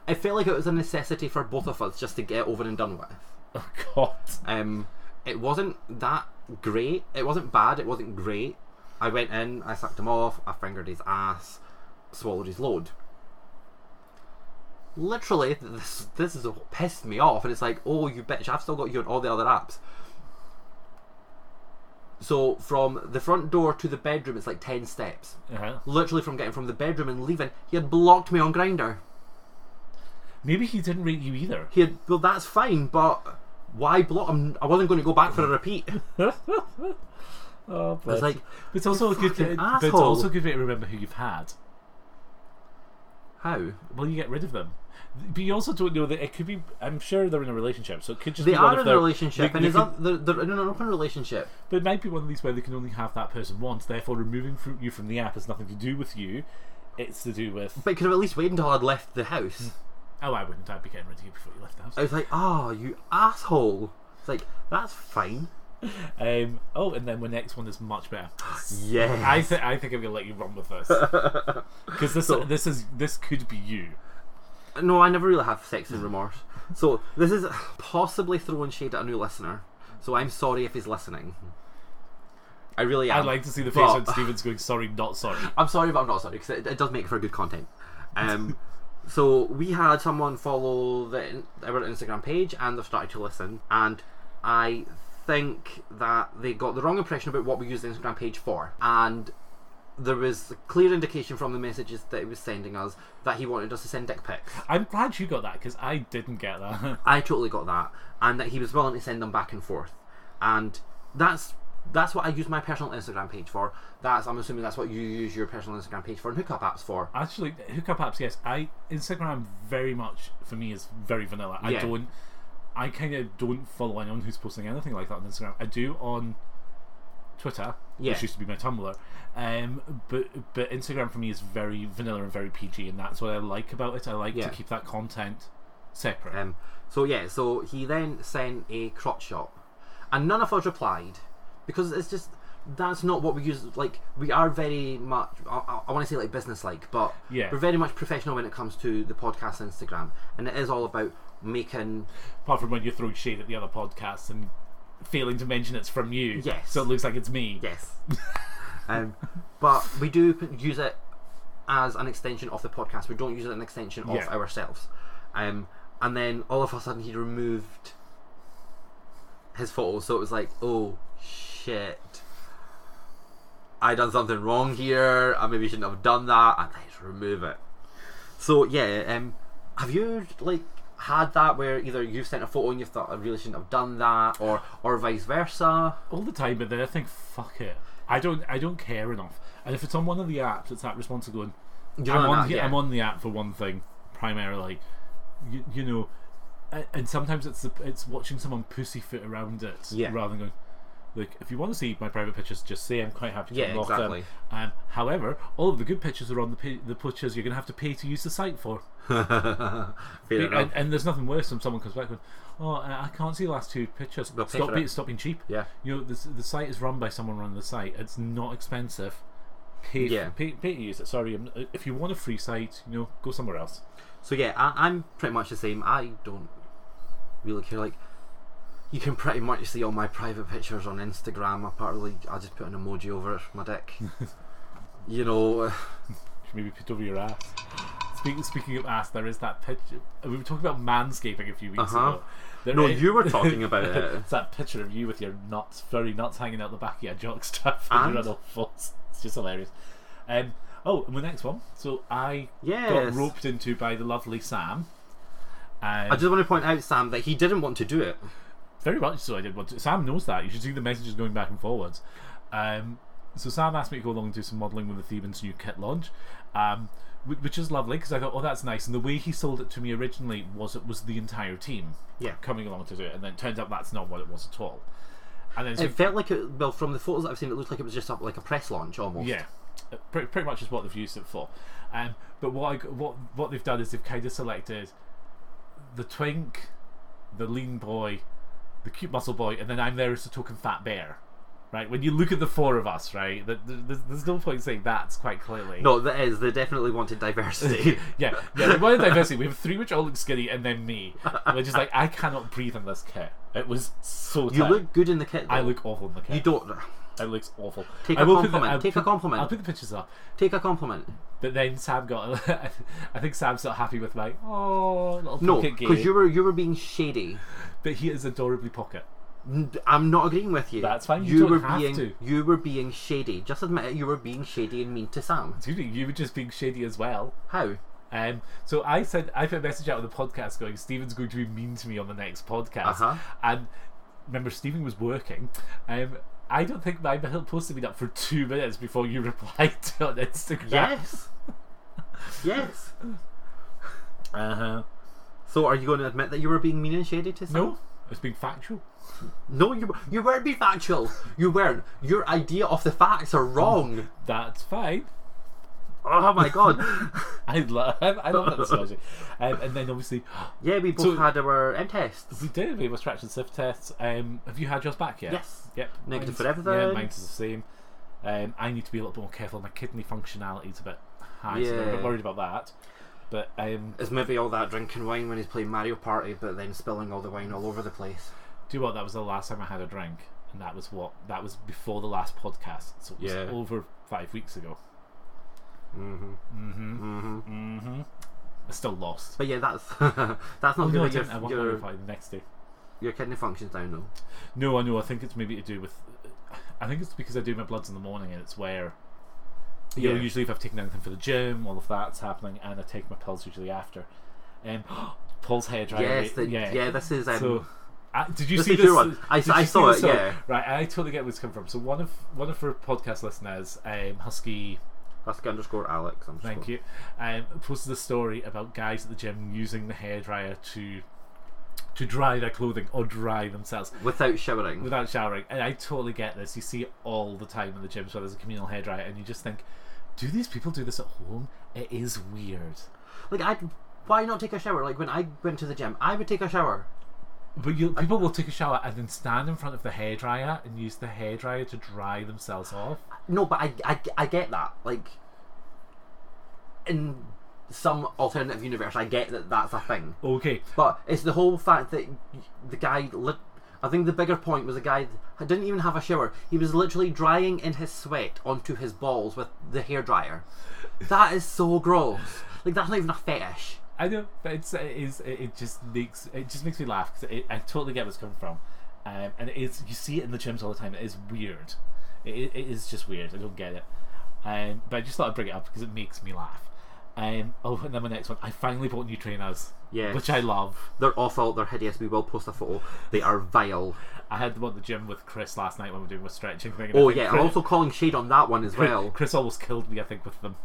Speaker 1: I felt like it was a necessity for both of us just to get over and done with.
Speaker 2: Oh God.
Speaker 1: Um, it wasn't that great. It wasn't bad. It wasn't great. I went in. I sucked him off. I fingered his ass. Swallowed his load. Literally, this this is what pissed me off, and it's like, oh, you bitch! I've still got you on all the other apps. So from the front door to the bedroom, it's like ten steps.
Speaker 2: Uh-huh.
Speaker 1: Literally, from getting from the bedroom and leaving, he had blocked me on Grinder.
Speaker 2: Maybe he didn't rate you either.
Speaker 1: He had well, that's fine, but why block him? I wasn't going to go back for a repeat. [laughs]
Speaker 2: Oh,
Speaker 1: It's like,
Speaker 2: but it's also a good.
Speaker 1: fucking
Speaker 2: But it's
Speaker 1: asshole.
Speaker 2: also a good way to remember who you've had.
Speaker 1: how?
Speaker 2: Well, you get rid of them. But you also don't know that it could be. I'm sure they're in a relationship, so it could just
Speaker 1: They
Speaker 2: be one
Speaker 1: are
Speaker 2: of
Speaker 1: in
Speaker 2: their-
Speaker 1: a relationship,
Speaker 2: they-
Speaker 1: and
Speaker 2: they
Speaker 1: is
Speaker 2: could-
Speaker 1: that, they're, they're in an open relationship.
Speaker 2: but it might be one of these where they can only have that person once. Therefore, removing fr- you from the app has nothing to do with you. It's to do with.
Speaker 1: But you could have at least waited until I'd left the house.
Speaker 2: Oh, I wouldn't. I'd be getting rid of you before you left the house.
Speaker 1: I was like, "Ah, you asshole!" It's like that's fine.
Speaker 2: Um. Oh, and then my next one is much better.
Speaker 1: Yeah.
Speaker 2: I think I think I'm gonna let you run with this because this this is this could be you.
Speaker 1: no, I never really have sex and
Speaker 2: Hmm.
Speaker 1: remorse. So this is possibly throwing shade at a new listener. So I'm sorry if he's listening. I really am.
Speaker 2: I'd like to see the face when
Speaker 1: But-
Speaker 2: Steven's going sorry, not sorry.
Speaker 1: I'm sorry, but I'm not sorry because it, it does make for good content. Um, So we had someone follow the, our Instagram page and they've started to listen. And I think that they got the wrong impression about what we use the Instagram page for. And there was a clear indication from the messages that he was sending us that he wanted us to send dick pics.
Speaker 2: I'm glad you got that because I didn't get that. [laughs]
Speaker 1: I totally got that, and that he was willing to send them back and forth, and that's that's what I use my personal Instagram page for. That's I'm assuming that's what you use your personal Instagram page for and hookup apps for.
Speaker 2: Actually, hookup apps. Yes, I Instagram very much for me is very vanilla. I
Speaker 1: Yeah.
Speaker 2: don't. I kind of don't follow anyone who's posting anything like that on Instagram. I do on Twitter,
Speaker 1: Yeah.
Speaker 2: which used to be my Tumblr. Um, but but Instagram for me is very vanilla and very PG, and that's what I like about it. I like
Speaker 1: Yeah.
Speaker 2: to keep that content separate.
Speaker 1: Um, so yeah, so he then sent a crotch shot, and none of us replied because it's just that's not what we use. Like we are very much, I, I, I want to say like business like, but
Speaker 2: Yeah.
Speaker 1: we're very much professional when it comes to the podcast Instagram, and it is all about making
Speaker 2: Apart from when you throw shade at the other podcasts and failing to mention it's from you.
Speaker 1: Yes.
Speaker 2: So it looks like it's me.
Speaker 1: yes. [laughs] um, but we do p- use it as an extension of the podcast. We don't use it as an extension of
Speaker 2: Yeah.
Speaker 1: ourselves. Um, and then all of a sudden he removed his photo, so it was like, oh shit. I done something wrong here. I maybe shouldn't have done that. And let's remove it. So yeah, um, have you like had that where either you've sent a photo and you thought I really shouldn't have done that, or or vice versa?
Speaker 2: all the time, but then I think, fuck it. I don't I don't care enough. And if it's on one of the apps, it's that response of going,
Speaker 1: You're on
Speaker 2: I'm on,
Speaker 1: that,
Speaker 2: the,
Speaker 1: Oh, yeah.
Speaker 2: I'm on the app for one thing primarily. You, you know, a- and sometimes it's the, it's watching someone pussyfoot around it
Speaker 1: Yeah.
Speaker 2: rather than going. Look, if you want to see my private pictures, just say I'm quite happy to
Speaker 1: Yeah,
Speaker 2: unlock
Speaker 1: exactly.
Speaker 2: them. Um, however, all of the good pictures are on the pa- the pictures you're going to have to pay to use the site for.
Speaker 1: [laughs] Fair enough.
Speaker 2: And, and there's nothing worse than someone comes back with, "Oh, I I can't see the last two pictures.
Speaker 1: They'll pay
Speaker 2: Stop,
Speaker 1: for
Speaker 2: be,
Speaker 1: it."
Speaker 2: stop being cheap."
Speaker 1: yeah.
Speaker 2: you know, this, the site is run by someone running the site. It's not expensive. Pay,
Speaker 1: Yeah.
Speaker 2: pay, pay to use it. Sorry, I'm, uh, if you want a free site, you know, go somewhere else.
Speaker 1: So yeah, I, I'm pretty much the same. I don't really care. Like, you can pretty much see all my private pictures on Instagram. Apart like, I just put an emoji over my
Speaker 2: [laughs]
Speaker 1: dick. you know,
Speaker 2: Maybe put over your ass. Speaking, speaking of ass, there is that picture. Uh, We were talking about manscaping a few weeks
Speaker 1: Uh-huh.
Speaker 2: ago. There
Speaker 1: No,
Speaker 2: is-
Speaker 1: you were talking about
Speaker 2: [laughs]
Speaker 1: it.
Speaker 2: it's that picture of you with your nuts, furry nuts hanging out the back of your [laughs] jockstrap.
Speaker 1: And?
Speaker 2: And you're on all fours. It's just hilarious. Um, oh, and the next one. So I
Speaker 1: Yes.
Speaker 2: got roped into by the lovely Sam. Um,
Speaker 1: I just want to point out, Sam, that he didn't want to do it.
Speaker 2: Very much so, I did want to. Sam knows that. You should see the messages going back and forwards. Um, so Sam asked me to go along and do some modelling with the Thebans' new kit launch, um, whi- which is lovely because I thought, oh, that's nice. And the way he sold it to me originally was it was the entire team
Speaker 1: Yeah.
Speaker 2: coming along to do it, and then it turns out that's not what it was at all. And then so,
Speaker 1: It felt like it. Well, from the photos that I've seen, it looked like it was just up like a press launch almost.
Speaker 2: yeah, uh, pretty, pretty much is what they've used it for. Um, but what I g what what they've done is they've kind of selected the twink, the lean boy, the cute muscle boy, and then I'm there as the token fat bear. Right, when you look at the four of us, right, th th- there's, there's no point saying that's quite clearly.
Speaker 1: No, that is. They definitely wanted
Speaker 2: [laughs]
Speaker 1: diversity.
Speaker 2: Yeah, yeah, we wanted diversity. We have three which all look skinny, and then me, which is like I cannot breathe in this kit. It was so.
Speaker 1: you
Speaker 2: tight.
Speaker 1: look good in the kit. Though.
Speaker 2: I look awful in the kit.
Speaker 1: You don't.
Speaker 2: It looks awful.
Speaker 1: Take
Speaker 2: I
Speaker 1: a
Speaker 2: will put the-
Speaker 1: compliment,
Speaker 2: I'll
Speaker 1: take a
Speaker 2: put-
Speaker 1: compliment.
Speaker 2: I'll put the pictures up.
Speaker 1: Take a compliment.
Speaker 2: But then Sam got. [laughs] I think Sam's not happy with my oh little
Speaker 1: No,
Speaker 2: pocket game.
Speaker 1: because you were you were being shady.
Speaker 2: But he is adorably pocket.
Speaker 1: I'm not agreeing with you.
Speaker 2: That's fine, you don't
Speaker 1: were
Speaker 2: have
Speaker 1: being
Speaker 2: to.
Speaker 1: you were being shady. Just admit it. You were being shady and mean to Sam.
Speaker 2: Excuse me, you were just being shady as well.
Speaker 1: How?
Speaker 2: Um, so I said I put a message out on the podcast going Stephen's going to be mean to me on the next podcast.
Speaker 1: Uh-huh.
Speaker 2: And remember, Stephen was working. Um, I don't think my mail posted me up for two minutes before you [laughs] replied to it on Instagram.
Speaker 1: Yes. [laughs] yes.
Speaker 2: Uh
Speaker 1: Uh-huh.
Speaker 2: huh.
Speaker 1: So are you going to admit that you were being mean and shady to Sam?
Speaker 2: No, it's being factual.
Speaker 1: No, you you weren't being factual. You weren't. Your idea of the facts are wrong.
Speaker 2: That's fine.
Speaker 1: Oh
Speaker 2: [laughs]
Speaker 1: my god.
Speaker 2: I love. I
Speaker 1: [laughs]
Speaker 2: love that strategy. Um, and then obviously.
Speaker 1: yeah, we both
Speaker 2: So-
Speaker 1: had our M tests.
Speaker 2: We did. We have attraction sift tests. Um, have you had yours back yet?
Speaker 1: Yes.
Speaker 2: Yep.
Speaker 1: Negative
Speaker 2: Mine's-
Speaker 1: for
Speaker 2: Yeah,
Speaker 1: everything.
Speaker 2: mine's the same. Um, I need to be a little bit more careful. My kidney functionality's a bit high, so I'm a
Speaker 1: Yeah.
Speaker 2: bit worried about that. But um,
Speaker 1: It's maybe all that drinking wine when he's playing Mario Party, but then spilling all the wine all over the place.
Speaker 2: do you know what? That was the last time I had a drink, and that was what that was before the last podcast. So it was
Speaker 1: Yeah.
Speaker 2: over five weeks ago.
Speaker 1: Mm-hmm.
Speaker 2: Mm-hmm.
Speaker 1: Mm-hmm.
Speaker 2: Mm-hmm. I still lost.
Speaker 1: But yeah, that's [laughs] that's
Speaker 2: Oh
Speaker 1: not
Speaker 2: no, I
Speaker 1: good.
Speaker 2: didn't. I
Speaker 1: that
Speaker 2: won
Speaker 1: your,
Speaker 2: your...
Speaker 1: your,
Speaker 2: the next day.
Speaker 1: your kidney function's down though.
Speaker 2: No, I know. I think it's maybe to do with. I think it's because I do my bloods in the morning, and it's where. You know,
Speaker 1: Yeah.
Speaker 2: usually if I've taken anything for the gym, all of that's happening, and I take my pills usually after. Um, [gasps] Paul's hair dryer.
Speaker 1: yes,
Speaker 2: rate,
Speaker 1: the,
Speaker 2: yeah,
Speaker 1: yeah. This is um,
Speaker 2: So, I, did you
Speaker 1: This
Speaker 2: see
Speaker 1: is your
Speaker 2: this?
Speaker 1: one. I-
Speaker 2: did you
Speaker 1: I
Speaker 2: see
Speaker 1: saw
Speaker 2: this?
Speaker 1: it,
Speaker 2: Sorry.
Speaker 1: yeah.
Speaker 2: Right, I totally get where it's come from. So one of one of our podcast listeners, um, Husky,
Speaker 1: Husky underscore Alex. I'm
Speaker 2: thank you, um, posted a story about guys at the gym using the hairdryer to to dry their clothing or dry themselves
Speaker 1: Without showering.
Speaker 2: without showering. And I totally get this. You see it all the time in the gyms where there's a communal hairdryer, and you just think, do these people do this at home? It is weird.
Speaker 1: Like I'd why not take a shower? Like when I went to the gym, I would take a shower.
Speaker 2: But you, people will take a shower and then stand in front of the hairdryer and use the hairdryer to dry themselves off.
Speaker 1: No, but I, I, I get that. Like in some alternative universe, I get that that's a thing.
Speaker 2: Okay,
Speaker 1: But it's the whole fact that the guy. Li- I think the bigger point was the guy that didn't even have a shower. He was literally drying in his sweat onto his balls with the hairdryer. That is so gross. Like that's not even a fetish.
Speaker 2: I know, but it's it is it, it just makes it just makes me laugh because I totally get where it's coming from, um, and it is you see it in the gyms all the time. It is weird. It, it- it is just weird. I don't get it, um, but I just thought I'd bring it up because it makes me laugh. Um, oh, and then my next one. I finally bought new trainers,
Speaker 1: Yes.
Speaker 2: which I love.
Speaker 1: They're awful. They're hideous. We will post a photo. They are vile.
Speaker 2: I had them at the gym with Chris last night when we were doing my stretching thing. and I
Speaker 1: Oh
Speaker 2: think
Speaker 1: yeah. I'm
Speaker 2: Chris,
Speaker 1: also calling shade on that one as
Speaker 2: Chris- [laughs]
Speaker 1: well.
Speaker 2: Chris almost killed me. I think with them.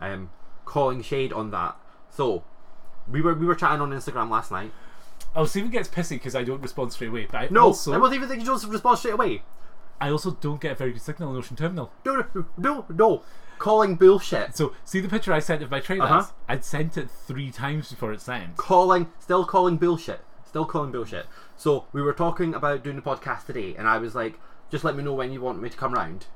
Speaker 1: um, calling shade on that. So we were we were chatting on Instagram last night.
Speaker 2: Oh, Stephen gets pissy because I don't respond straight away. But I
Speaker 1: No,
Speaker 2: also,
Speaker 1: I wasn't even thinking Joseph respond straight away.
Speaker 2: I also don't get a very good signal in Ocean Terminal.
Speaker 1: No, no, no, no. Calling bullshit.
Speaker 2: So, see the picture I sent of my trainers?
Speaker 1: Uh-huh.
Speaker 2: I'd sent it three times before it sent.
Speaker 1: Calling, still calling bullshit. Still calling bullshit. So we were talking about doing the podcast today, and I was like, just let me know when you want me to come round.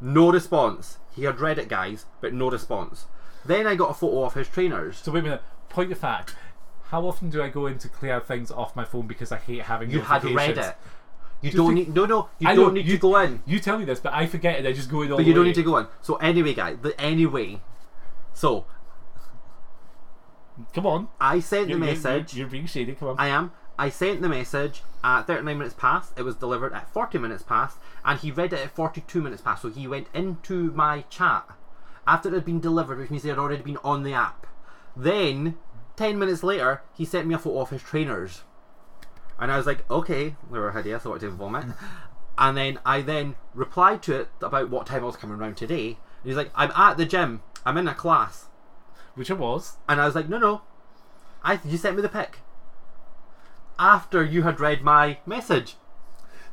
Speaker 1: No response. He had read it, guys, but no response. Then I got a photo of his trainers.
Speaker 2: So, wait a minute. Point of fact. How often do I go in to clear things off my phone because I hate having
Speaker 1: You had read
Speaker 2: notifications?
Speaker 1: it. You don't
Speaker 2: think-
Speaker 1: need. No, no. You
Speaker 2: I know,
Speaker 1: don't need
Speaker 2: you-
Speaker 1: to go in.
Speaker 2: You tell me this, but I forget it. I just go in all
Speaker 1: But you don't need to go in. So anyway, guy, the anyway. So
Speaker 2: Come on.
Speaker 1: I sent
Speaker 2: You're-
Speaker 1: the
Speaker 2: you're-
Speaker 1: message.
Speaker 2: You're, being shady. Come on.
Speaker 1: I am. I sent the message at 39 minutes past. It was delivered at 40 minutes past, and he read it at 42 minutes past. So he went into my chat after it had been delivered, which means they had already been on the app. Then 10 minutes later, he sent me a photo of his trainers, and I was like, "Okay, they were hideous. I wanted to vomit." [laughs] And then I then replied to it about what time I was coming round today. And he's like, "I'm at the gym. I'm in a class."
Speaker 2: Which I was.
Speaker 1: And I was like, no, no. I you sent me the pic after you had read my message,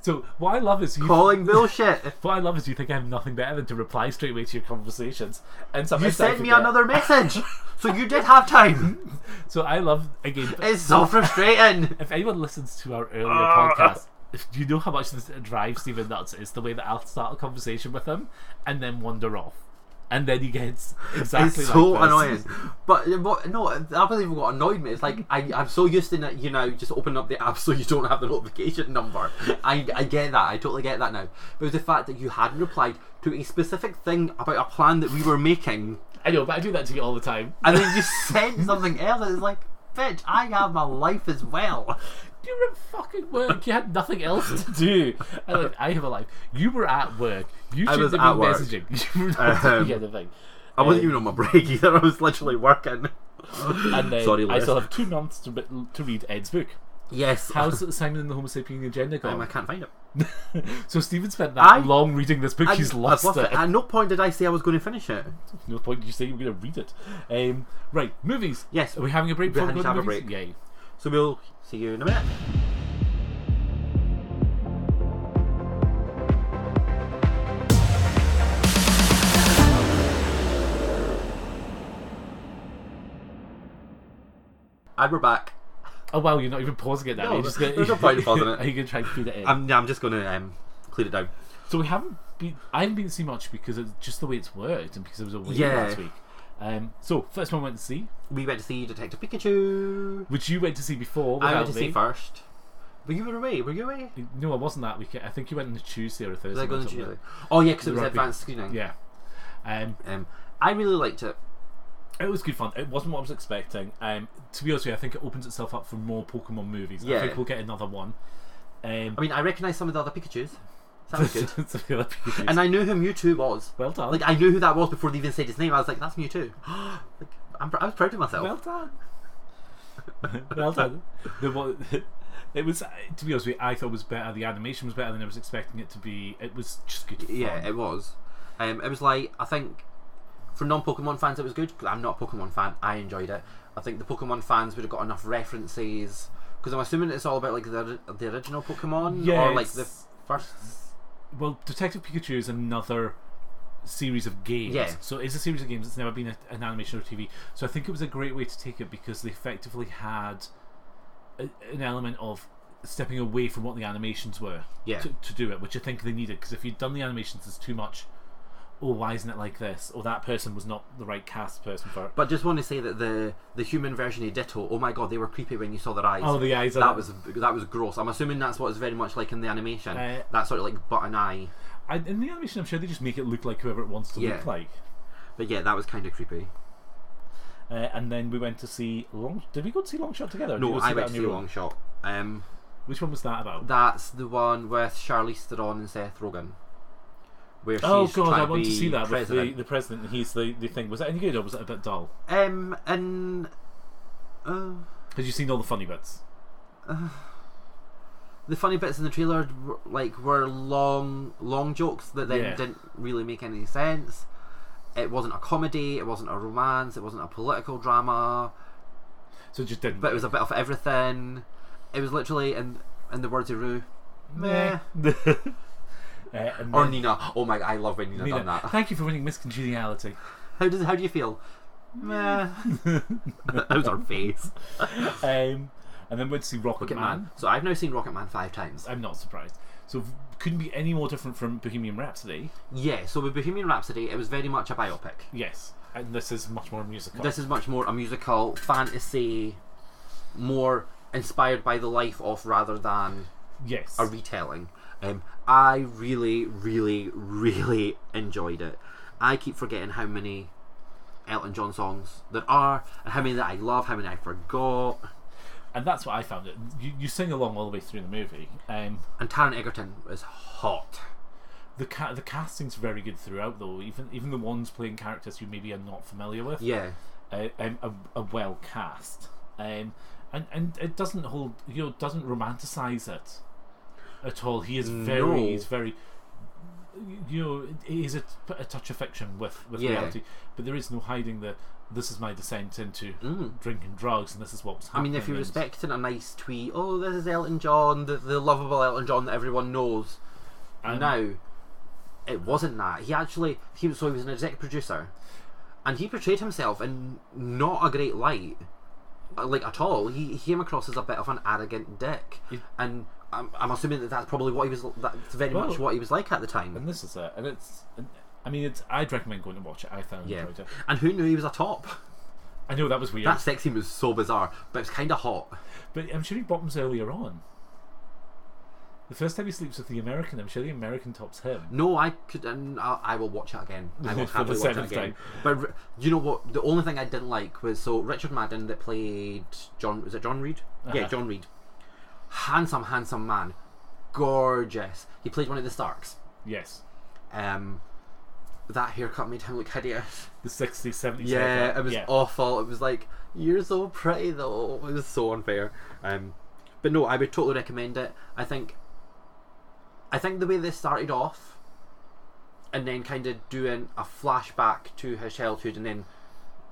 Speaker 2: So, what I love is you.
Speaker 1: calling bullshit.
Speaker 2: what [laughs] I love is you think I'm nothing better than to reply straight away to your conversations. And
Speaker 1: You
Speaker 2: sometimes I
Speaker 1: sent me
Speaker 2: forget.
Speaker 1: another message, so you did have
Speaker 2: [laughs]
Speaker 1: time.
Speaker 2: So I love again.
Speaker 1: It's so frustrating.
Speaker 2: If anyone listens to our earlier podcast, if you know how much this drives Stephen nuts is the way that I'll start a conversation with him and then wander off. And then he gets exactly
Speaker 1: It's so
Speaker 2: like this.
Speaker 1: annoying. But what, no, that was even what annoyed me. It's like I, I'm so used to n- you know just opening up the app [laughs] so you don't have the notification number. I, I get that. I totally get that now. But it was the fact that you hadn't replied to a specific thing about a plan that we were making.
Speaker 2: I know, but I do that to you all the time.
Speaker 1: and then you send something else, and it's like, bitch, I have my life as well.
Speaker 2: You're at fucking work. You had nothing else to do.
Speaker 1: [laughs]
Speaker 2: I, like, I have a life. You were at work. You should
Speaker 1: was
Speaker 2: have
Speaker 1: at
Speaker 2: been
Speaker 1: work.
Speaker 2: messaging. [laughs] You were not
Speaker 1: Um,
Speaker 2: doing anything.
Speaker 1: I wasn't
Speaker 2: Um,
Speaker 1: even on my break either. [laughs] I was literally working.
Speaker 2: And then
Speaker 1: Sorry,
Speaker 2: I
Speaker 1: Liz.
Speaker 2: still have two months to, re- to read Ed's book.
Speaker 1: Yes, [laughs]
Speaker 2: How's Simon and the Homo Sapien Agenda
Speaker 1: Um, I
Speaker 2: gone?
Speaker 1: can't find it.
Speaker 2: [laughs] so Stephen spent that
Speaker 1: I-
Speaker 2: long reading this book.
Speaker 1: I-
Speaker 2: He's
Speaker 1: I've
Speaker 2: lost, it.
Speaker 1: At no point did I say I was going to finish it.
Speaker 2: No point. You say you're going to read it. Um, right, movies.
Speaker 1: Yes.
Speaker 2: Are we having a break?
Speaker 1: We're
Speaker 2: before we
Speaker 1: having
Speaker 2: go
Speaker 1: to have a
Speaker 2: to movies?
Speaker 1: So we'll see you in a minute. And we're back.
Speaker 2: Yay. Oh wow, you're not even pausing it now.
Speaker 1: No,
Speaker 2: you're just gonna,
Speaker 1: there's no point in pausing it.
Speaker 2: [laughs] Are you going to try and feed it in?
Speaker 1: I'm, I'm just going to um, clean it down.
Speaker 2: so we haven't been. I haven't been to see much because it's just the way it's worked and because I was away
Speaker 1: Yeah.
Speaker 2: last week. Um, so first one I went to see,
Speaker 1: We went to see Detective Pikachu.
Speaker 2: which you went to see before.
Speaker 1: I
Speaker 2: without
Speaker 1: went to
Speaker 2: me.
Speaker 1: see first. But you were away. Were you away?
Speaker 2: No, I wasn't that weekend. I think you went on a Tuesday or a Thursday.
Speaker 1: Did I go
Speaker 2: or
Speaker 1: on
Speaker 2: something.
Speaker 1: Tuesday? Oh yeah, because it was
Speaker 2: Rugby.
Speaker 1: advanced screening.
Speaker 2: Yeah. Um,
Speaker 1: Um, I really liked it.
Speaker 2: It was good fun. It wasn't what I was expecting. Um, to be honest with you, I think it opens itself up for more Pokemon movies. I
Speaker 1: Yeah.
Speaker 2: think we'll get another one. Um,
Speaker 1: I mean, I recognise some of the other Pikachu's. Sounds
Speaker 2: [laughs]
Speaker 1: good.
Speaker 2: to be honest with you.
Speaker 1: And I knew who Mewtwo was.
Speaker 2: well done.
Speaker 1: Like I knew who that was before they even said his name. I was like, "That's Mewtwo." [gasps] like, I'm pr- I was proud of myself.
Speaker 2: well done. well [laughs] done. The one, it was, uh, to be honest with you, I thought it was better. The animation was better than I was expecting it to be. It was just good. Fun.
Speaker 1: yeah, it was. Um, it was like I think for non-Pokemon fans it was good. 'cause I'm not a Pokemon fan. I enjoyed it. I think the Pokemon fans would have got enough references because I'm assuming it's all about like the ori- the original Pokemon or like the
Speaker 2: Yes.
Speaker 1: first.
Speaker 2: Well, Detective Pikachu is another series of games.
Speaker 1: Yeah.
Speaker 2: So it's a series of games. It's never been a, an animation or TV. So I think it was a great way to take it because they effectively had a, an element of stepping away from what the animations were
Speaker 1: Yeah.
Speaker 2: to, to do it, which I think they needed because if you'd done the animations, there's too much. Oh, why isn't it like this? Or that person was not the right cast person for it.
Speaker 1: But just want to say that the the human version of Ditto. Oh my god, they were creepy when you saw their eyes.
Speaker 2: Oh, the eyes. are-
Speaker 1: that was that was gross. I'm assuming that's what it's very much like in the animation.
Speaker 2: Uh,
Speaker 1: that sort of like button eye.
Speaker 2: I, in the animation. I'm sure they just make it look like whoever it wants to
Speaker 1: Yeah.
Speaker 2: look like.
Speaker 1: But yeah, that was kind of creepy.
Speaker 2: Uh, and then we went to see long. Did we go to see Long Shot together? or did you
Speaker 1: No,
Speaker 2: go see
Speaker 1: I
Speaker 2: that
Speaker 1: went
Speaker 2: on
Speaker 1: to
Speaker 2: your
Speaker 1: see
Speaker 2: own?
Speaker 1: Long Shot. Um,
Speaker 2: Which one was that about?
Speaker 1: that's the one with Charlize Theron and Seth Rogen. Where
Speaker 2: Oh
Speaker 1: she's
Speaker 2: god,
Speaker 1: trying
Speaker 2: I want to
Speaker 1: be
Speaker 2: see that
Speaker 1: president.
Speaker 2: with the, the president. and He's the, the thing. Was that any good or was that a bit dull?
Speaker 1: Um, and uh,
Speaker 2: Had you seen all the funny bits?
Speaker 1: the funny bits in the trailer, were, like, were long, long jokes that then
Speaker 2: Yeah.
Speaker 1: didn't really make any sense. It wasn't a comedy. It wasn't a romance. It wasn't a political drama.
Speaker 2: So it just didn't.
Speaker 1: But it was a bit of everything. It was literally in in the words of Rue. Meh.
Speaker 2: [laughs] uh, and
Speaker 1: Or
Speaker 2: then-
Speaker 1: Nina. Oh my! I love when Nina,
Speaker 2: Nina,
Speaker 1: done that. [laughs]
Speaker 2: Thank you for winning Miss Congeniality.
Speaker 1: How does how do you
Speaker 2: [laughs]
Speaker 1: feel? Meh. [laughs] that was her face.
Speaker 2: Um, and then went to see Rocket,
Speaker 1: Rocket
Speaker 2: Man.
Speaker 1: Man. So I've now seen Rocket Man five times.
Speaker 2: I'm not surprised. So v- couldn't be any more different from Bohemian Rhapsody.
Speaker 1: Yeah. So with Bohemian Rhapsody, it was very much a biopic.
Speaker 2: Yes, and this is much more musical.
Speaker 1: This is much more a musical fantasy, more inspired by the life of rather than
Speaker 2: yes,
Speaker 1: a retelling. Um, I really, really, really enjoyed it. I keep forgetting how many Elton John songs there are, and how many that I love, how many I forgot.
Speaker 2: and that's what I found it. You, you sing along all the way through the movie. Um,
Speaker 1: And Taron Egerton is hot.
Speaker 2: the ca- the casting's very good throughout, though. Even even the ones playing characters you maybe are not familiar with.
Speaker 1: Yeah.
Speaker 2: a, um, a, a well cast, um, and and it doesn't hold you know doesn't romanticize it at all. He is very
Speaker 1: No.
Speaker 2: he's very you know it is a, a touch of fiction with with
Speaker 1: Yeah.
Speaker 2: reality, but there is no hiding that this is my descent into drinking drugs and this is what was
Speaker 1: Mm. I
Speaker 2: happening.
Speaker 1: mean, if you're
Speaker 2: and-
Speaker 1: respecting a nice tweet, oh, this is Elton John, the, the lovable Elton John that everyone knows.
Speaker 2: and-
Speaker 1: now, it wasn't that. He actually, he was, so he was an exec producer, and he portrayed himself in not a great light, uh, like at all. He, he came across as a bit of an arrogant dick,
Speaker 2: He-
Speaker 1: and I'm, I'm assuming that that's probably what he was. That's very much
Speaker 2: Well-
Speaker 1: what he was like at the time.
Speaker 2: and this is it, and it's. And, I mean, it's. I'd recommend going to watch it. I thoroughly
Speaker 1: Yeah,
Speaker 2: enjoyed it.
Speaker 1: and who knew he was a top?
Speaker 2: I know that was weird,
Speaker 1: That sex scene was so bizarre, but it was kind of hot.
Speaker 2: but I'm sure he bottoms earlier on. The first time he sleeps with the American, I'm sure the American tops him.
Speaker 1: No, I could. And I, I will watch it again. I
Speaker 2: [laughs]
Speaker 1: will
Speaker 2: For
Speaker 1: happily
Speaker 2: the
Speaker 1: watch it
Speaker 2: seventh
Speaker 1: again.
Speaker 2: time.
Speaker 1: But r- you know what? The only thing I didn't like was so Richard Madden that played John. Was it John Reed? Yeah,
Speaker 2: Uh-huh.
Speaker 1: John Reed. Handsome, handsome man, gorgeous. He played one of the Starks.
Speaker 2: Yes.
Speaker 1: Um, that haircut made him look hideous.
Speaker 2: the 60s, 70s.
Speaker 1: Yeah,
Speaker 2: haircut.
Speaker 1: it was
Speaker 2: Yeah.
Speaker 1: awful. It was like you're so pretty though. It was so unfair. Um, but no, I would totally recommend it. I think, I think the way this started off, and then kind of doing a flashback to his childhood, and then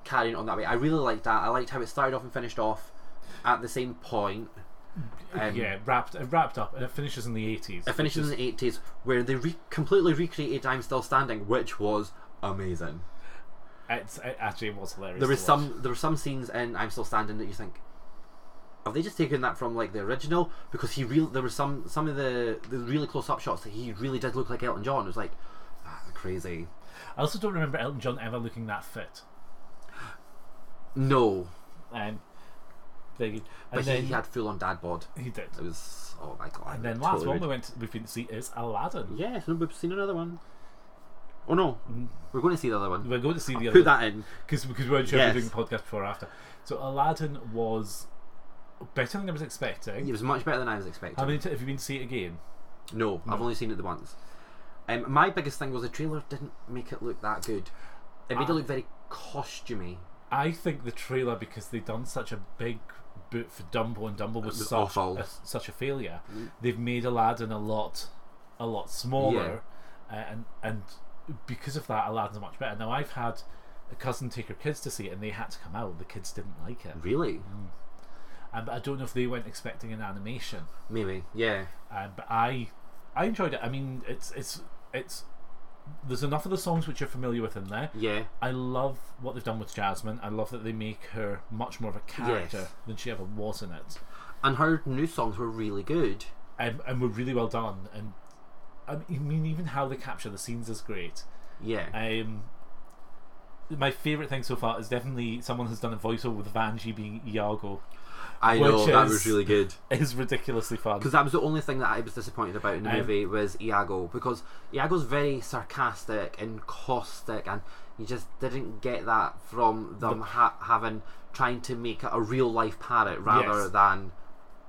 Speaker 1: carrying on that way. I really liked that. I liked how it started off and finished off at the same point. Um,
Speaker 2: yeah, it wrapped, it wrapped up and it finishes in the 80s.
Speaker 1: It finishes in the eighties, where they re- completely recreated "I'm Still Standing," which was amazing.
Speaker 2: It's, it actually was hilarious.
Speaker 1: there
Speaker 2: to
Speaker 1: was
Speaker 2: watch.
Speaker 1: some there were some scenes in I'm Still Standing that you think have they just taken that from like the original because he real there were some some of the the really close up shots that he really did look like Elton John it was like that's crazy
Speaker 2: I also don't remember Elton John ever looking that fit.
Speaker 1: no
Speaker 2: Um, there you-
Speaker 1: but
Speaker 2: and then
Speaker 1: he, he had full on dad bod
Speaker 2: he did.
Speaker 1: it was oh my god
Speaker 2: And then last
Speaker 1: totally
Speaker 2: one
Speaker 1: rude.
Speaker 2: we went to, we've been to see is Aladdin.
Speaker 1: yes no, we've seen another one Oh no, we're going to see the other one.
Speaker 2: We're going to Mm. see the
Speaker 1: Put
Speaker 2: other
Speaker 1: that in.
Speaker 2: because because we weren't sure if we were
Speaker 1: Yes.
Speaker 2: doing the podcast before or after. So Aladdin was better than I was expecting.
Speaker 1: It was much better than I was expecting.
Speaker 2: How many t- have you been to see it again?
Speaker 1: no, I've only seen it the once. Um, my biggest thing was the trailer didn't make it look that good. It made it
Speaker 2: Ah.
Speaker 1: look very costumey.
Speaker 2: I think the trailer because they done such a big boot for Dumbo and Dumbo was,
Speaker 1: was
Speaker 2: such
Speaker 1: awful.
Speaker 2: a, such a failure. They've made Aladdin a lot a lot smaller, uh, and and because of that, Aladdin's much better. Now I've had a cousin take her kids to see it, and they had to come out. The kids didn't like it,
Speaker 1: Really?
Speaker 2: um, but I don't know if they went expecting an animation.
Speaker 1: Maybe. Yeah.
Speaker 2: Um, but I I enjoyed it. I mean, it's it's it's there's enough of the songs which you're familiar with in there.
Speaker 1: Yeah.
Speaker 2: I love what they've done with Jasmine. I love that they make her much more of a character
Speaker 1: Yes.
Speaker 2: than she ever was in it,
Speaker 1: And her new songs were really good.
Speaker 2: um, and were really well done. And I mean, even how they capture the scenes is great.
Speaker 1: Yeah.
Speaker 2: Um, my favorite thing so far is definitely someone has done a voiceover with Vanji being Iago.
Speaker 1: I know
Speaker 2: which
Speaker 1: that
Speaker 2: is-
Speaker 1: was really good.
Speaker 2: It's ridiculously fun.
Speaker 1: Because that was the only thing that I was disappointed about in the
Speaker 2: Um,
Speaker 1: movie was Iago because Iago's very sarcastic and caustic, and you just didn't get that from them ha- having trying to make it a real life parrot rather
Speaker 2: Yes.
Speaker 1: than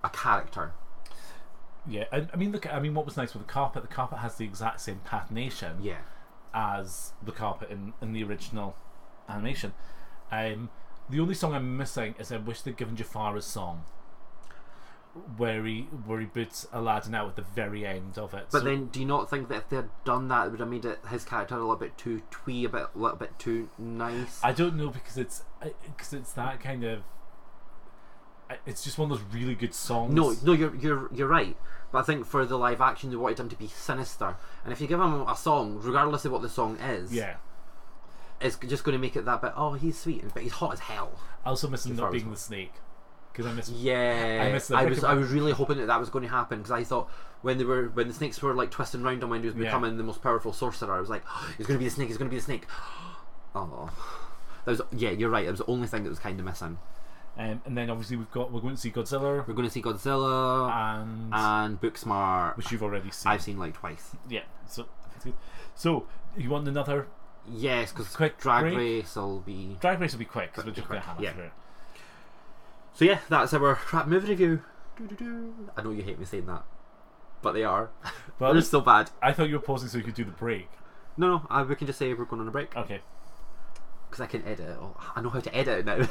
Speaker 1: a character.
Speaker 2: Yeah, I, I mean, look. I mean, what was nice with the carpet? The carpet has the exact same patination.
Speaker 1: Yeah,
Speaker 2: as the carpet in, in the original animation. Um, the only song I'm missing is I wish they'd given Jafar a song where he where he boots Aladdin out at the very end of it.
Speaker 1: but
Speaker 2: So-
Speaker 1: then do you not think that if they'd done that, it would have made it, his character a little bit too twee, a bit, a little bit too nice?
Speaker 2: I don't know because it's because it's that kind of I- it's just one of those really good songs.
Speaker 1: No, no, you're you're you're right. But I think for the live action, they wanted him to be sinister, and if you give him a song, regardless of what the song is,
Speaker 2: yeah.
Speaker 1: it's just going to make it that bit. Oh, he's sweet, but he's hot as hell.
Speaker 2: I also miss him not
Speaker 1: Jafar's
Speaker 2: being
Speaker 1: one.
Speaker 2: the snake because I miss
Speaker 1: Yeah,
Speaker 2: I missed the
Speaker 1: was
Speaker 2: picture.
Speaker 1: I was really hoping that that was going to happen because I thought when they were when the snakes were like twisting round and when he was
Speaker 2: Yeah.
Speaker 1: becoming the most powerful sorcerer, I was like, "Oh, he's going to be the snake. He's going to be the snake. [gasps] Oh, that was yeah. You're right. That was the only thing that was kind of missing.
Speaker 2: Um, and then obviously we've got we're going to see Godzilla
Speaker 1: We're going to see Godzilla
Speaker 2: and
Speaker 1: and Booksmart.
Speaker 2: which you've already seen.
Speaker 1: I've seen like twice.
Speaker 2: yeah. So so you want another
Speaker 1: Yes, because
Speaker 2: Quick
Speaker 1: Drag
Speaker 2: break.
Speaker 1: Race will be.
Speaker 2: Drag Race will be quick because we're just going
Speaker 1: quick,
Speaker 2: to hammer
Speaker 1: yeah.
Speaker 2: through it.
Speaker 1: So yeah, that's our crap movie review. Doo-doo-doo. I know you hate me saying that, but they are.
Speaker 2: Well,
Speaker 1: They're still bad.
Speaker 2: I thought you were pausing so you could do the break.
Speaker 1: No, no. I, we can just say we're going on a break.
Speaker 2: Okay.
Speaker 1: because I can edit. Or I know how to edit
Speaker 2: [laughs]
Speaker 1: now.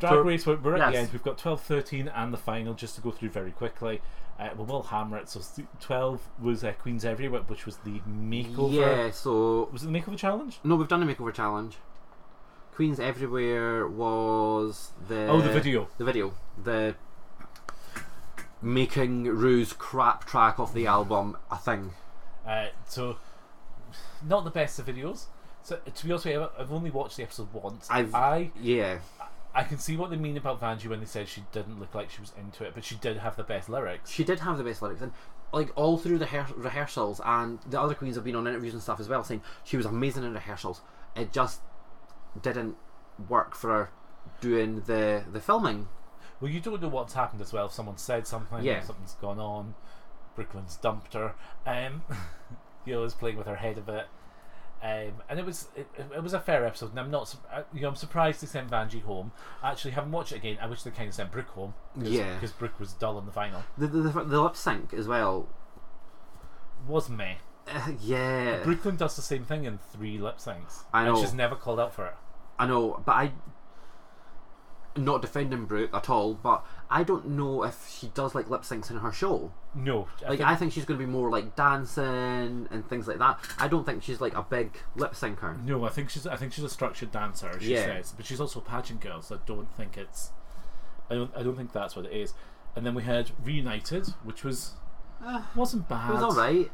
Speaker 2: Drag
Speaker 1: So-
Speaker 2: Race, we're, we're at the
Speaker 1: Yes.
Speaker 2: end. We've got 12, 13, and the final just to go through very quickly. Uh, we will hammer it. So s- 12 was uh, Queen's Everywhere, which was the makeover.
Speaker 1: yeah. So
Speaker 2: Was it the makeover challenge?
Speaker 1: no, we've done a makeover challenge. Queens everywhere was the
Speaker 2: Oh, the video.
Speaker 1: the video the making Rue's crap track off the album a thing.
Speaker 2: Uh, so, not the best of videos. So, uh, to be honest with you, I've- I've only watched the episode once.
Speaker 1: I've-
Speaker 2: I
Speaker 1: Yeah,
Speaker 2: I can see what they mean about Vanjie when they said she didn't look like she was into it, but she did have the best lyrics.
Speaker 1: she did have the best lyrics and. Like all through the rehe- rehearsals, and the other queens have been on interviews and stuff as well, saying she was amazing in rehearsals. It just didn't work for her doing the the filming.
Speaker 2: Well, you don't know what's happened as well. If someone said something,
Speaker 1: Yeah.
Speaker 2: something's gone on. Brooklyn's dumped her. Um, [laughs] you know, was playing with her head a bit. Um, and it was it, it was a fair episode, and I'm not su- I- you know I'm surprised they sent Vanjie home. I actually haven't watched it again. I wish they kind of sent Brooke home.
Speaker 1: Yeah.
Speaker 2: because Brooke was dull in the final.
Speaker 1: The the, the, the lip sync as well
Speaker 2: Was me.
Speaker 1: Uh, yeah, Oh.
Speaker 2: Brooklyn does the same thing in three lip syncs.
Speaker 1: I
Speaker 2: And
Speaker 1: know.
Speaker 2: she's never called out for it.
Speaker 1: I know, but I not defending Brooke at all, but I don't know if she does like lip syncs in her show.
Speaker 2: No, I
Speaker 1: Like
Speaker 2: think-
Speaker 1: I think she's going to be more like dancing and things like that. I don't think she's like a big lip syncer.
Speaker 2: No, I think she's I think she's a structured dancer. as She
Speaker 1: Yeah.
Speaker 2: says, but she's also a pageant girl, so I don't think it's. I don't. I don't think that's what it is. And then we had reunited, which was wasn't bad.
Speaker 1: Ah, It was all right.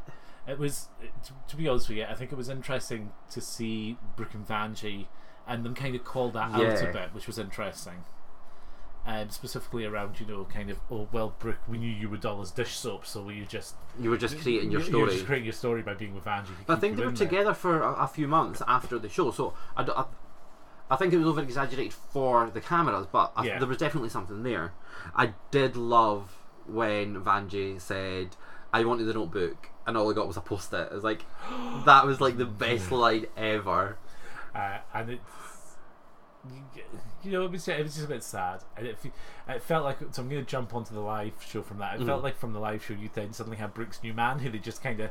Speaker 2: It was, to, to be honest with you, I think it was interesting to see Brooke and Vanjie and them kind of call that out
Speaker 1: Yeah.
Speaker 2: a bit, which was interesting. um, specifically around you know kind of oh well Brooke we knew you were dull as dish soap so we just
Speaker 1: You were just creating your
Speaker 2: you-
Speaker 1: story.
Speaker 2: you were just creating your story by being with Angie. to
Speaker 1: But I
Speaker 2: keep
Speaker 1: think
Speaker 2: you
Speaker 1: they were
Speaker 2: in there.
Speaker 1: together for a, a few months after the show, so I, d- I- I think it was over exaggerated for the cameras, but I,
Speaker 2: Yeah.
Speaker 1: there was definitely something there. I did love when Vanjie said, I wanted the notebook, and all I got was a post it. It was
Speaker 2: [gasps]
Speaker 1: like, that was like the best line ever.
Speaker 2: uh, and it's you- you know it was, it was just a bit sad and it, fe- it felt like so I'm going to jump onto the live show from that it
Speaker 1: Mm.
Speaker 2: felt like from the live show you then suddenly had Brooks new man who they just kind of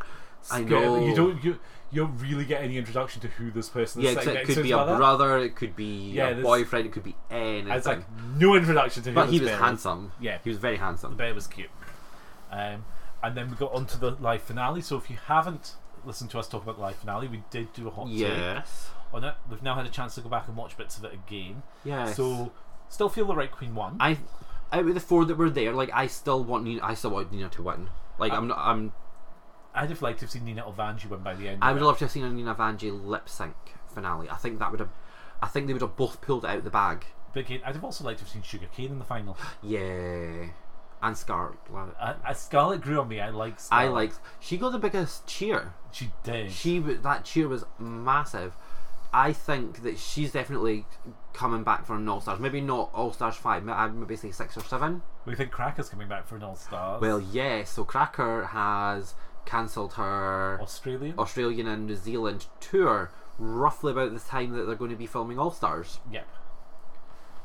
Speaker 1: I
Speaker 2: you
Speaker 1: know.
Speaker 2: don't you, you don't really get any introduction to who this person
Speaker 1: Yeah,
Speaker 2: is sitting
Speaker 1: except it
Speaker 2: next to
Speaker 1: could be
Speaker 2: as
Speaker 1: a
Speaker 2: well.
Speaker 1: brother, it could be
Speaker 2: Yeah,
Speaker 1: a
Speaker 2: this-
Speaker 1: boyfriend, it could be anything.
Speaker 2: it's like no introduction to who
Speaker 1: but
Speaker 2: this
Speaker 1: he was
Speaker 2: bear is.
Speaker 1: handsome.
Speaker 2: yeah
Speaker 1: He was very handsome.
Speaker 2: Bear was cute. Um, and then we got onto the live finale. So if you haven't listened to us talk about the live finale, we did do a hot take
Speaker 1: Yes.
Speaker 2: on it. We've now had a chance to go back and watch bits of it again.
Speaker 1: Yes.
Speaker 2: So still feel the right queen won.
Speaker 1: I out of the four that were there, like I still want Nina. I still want Nina to win. Like I'm, not, I'm.
Speaker 2: I'd have liked to have seen Nina Ovanji win by the end.
Speaker 1: I
Speaker 2: of
Speaker 1: would
Speaker 2: it.
Speaker 1: love to have seen a Nina Vanji lip sync finale. I think that would have. I think they would have both pulled it out of the bag.
Speaker 2: But again, I'd have also liked to have seen Sugar Cane in the final.
Speaker 1: Yeah, and Scarlett.
Speaker 2: Uh, uh, Scarlet grew on me. I like.
Speaker 1: I
Speaker 2: Scarlet.
Speaker 1: like. She got the biggest cheer.
Speaker 2: She did.
Speaker 1: She w- that cheer was massive. I think that she's definitely coming back for an All Stars. Maybe not All Stars five. ma- I'd maybe say six or seven.
Speaker 2: we think Cracker's coming back for an All Stars.
Speaker 1: Well, yeah. So Cracker has cancelled her.
Speaker 2: Australian.
Speaker 1: Australian and New Zealand tour roughly about the time that they're going to be filming All Stars.
Speaker 2: yep.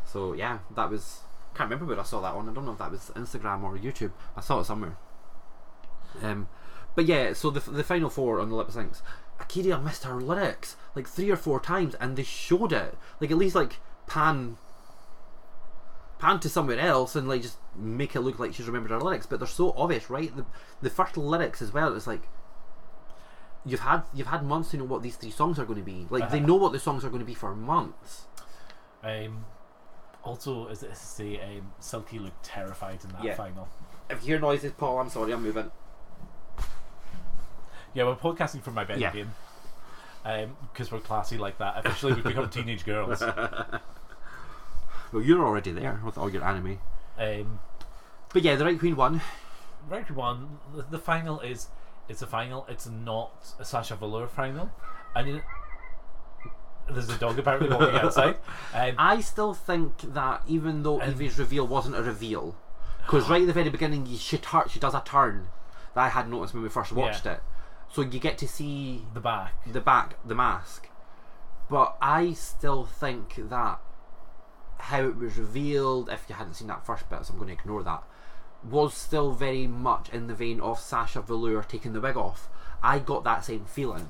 Speaker 1: So yeah, that was can't remember where I saw that on. I don't know if that was Instagram or YouTube. I saw it somewhere. Um, but yeah, so the the final four on the lip syncs, Akiria missed her lyrics like three or four times, and they showed it. Like at least like pan pan to somewhere else and like just make it look like she's remembered her lyrics. But they're so obvious, right? The the first lyrics as well. It's like you've had you've had months to know what these three songs are going to be. Like they know what the songs are going to be for months.
Speaker 2: Um, also, as I say, um, Silky looked terrified in that
Speaker 1: Yeah.
Speaker 2: final.
Speaker 1: If you hear noises, Paul, I'm sorry, I'm moving.
Speaker 2: Yeah, we're podcasting from my bed
Speaker 1: Yeah.
Speaker 2: again. Because we're classy like that. Officially,
Speaker 1: [laughs]
Speaker 2: we've become teenage girls.
Speaker 1: Well, you're already there with all your anime.
Speaker 2: Um,
Speaker 1: But yeah, the Right Queen won.
Speaker 2: record one, the, the final is it's a final. It's not a Sasha Velour final. I mean, there's a dog apparently
Speaker 1: [laughs]
Speaker 2: walking outside. Um,
Speaker 1: I still think that even though Evie's reveal wasn't a reveal, because right at the very beginning, you- she tur- she does a turn that I had noticed when we first watched
Speaker 2: Yeah.
Speaker 1: it. So you get to see
Speaker 2: the back.
Speaker 1: the back, the mask. But I still think that how it was revealed, if you hadn't seen that first bit, so I'm going to ignore that, was still very much in the vein of Sasha Velour taking the wig off. I got that same feeling.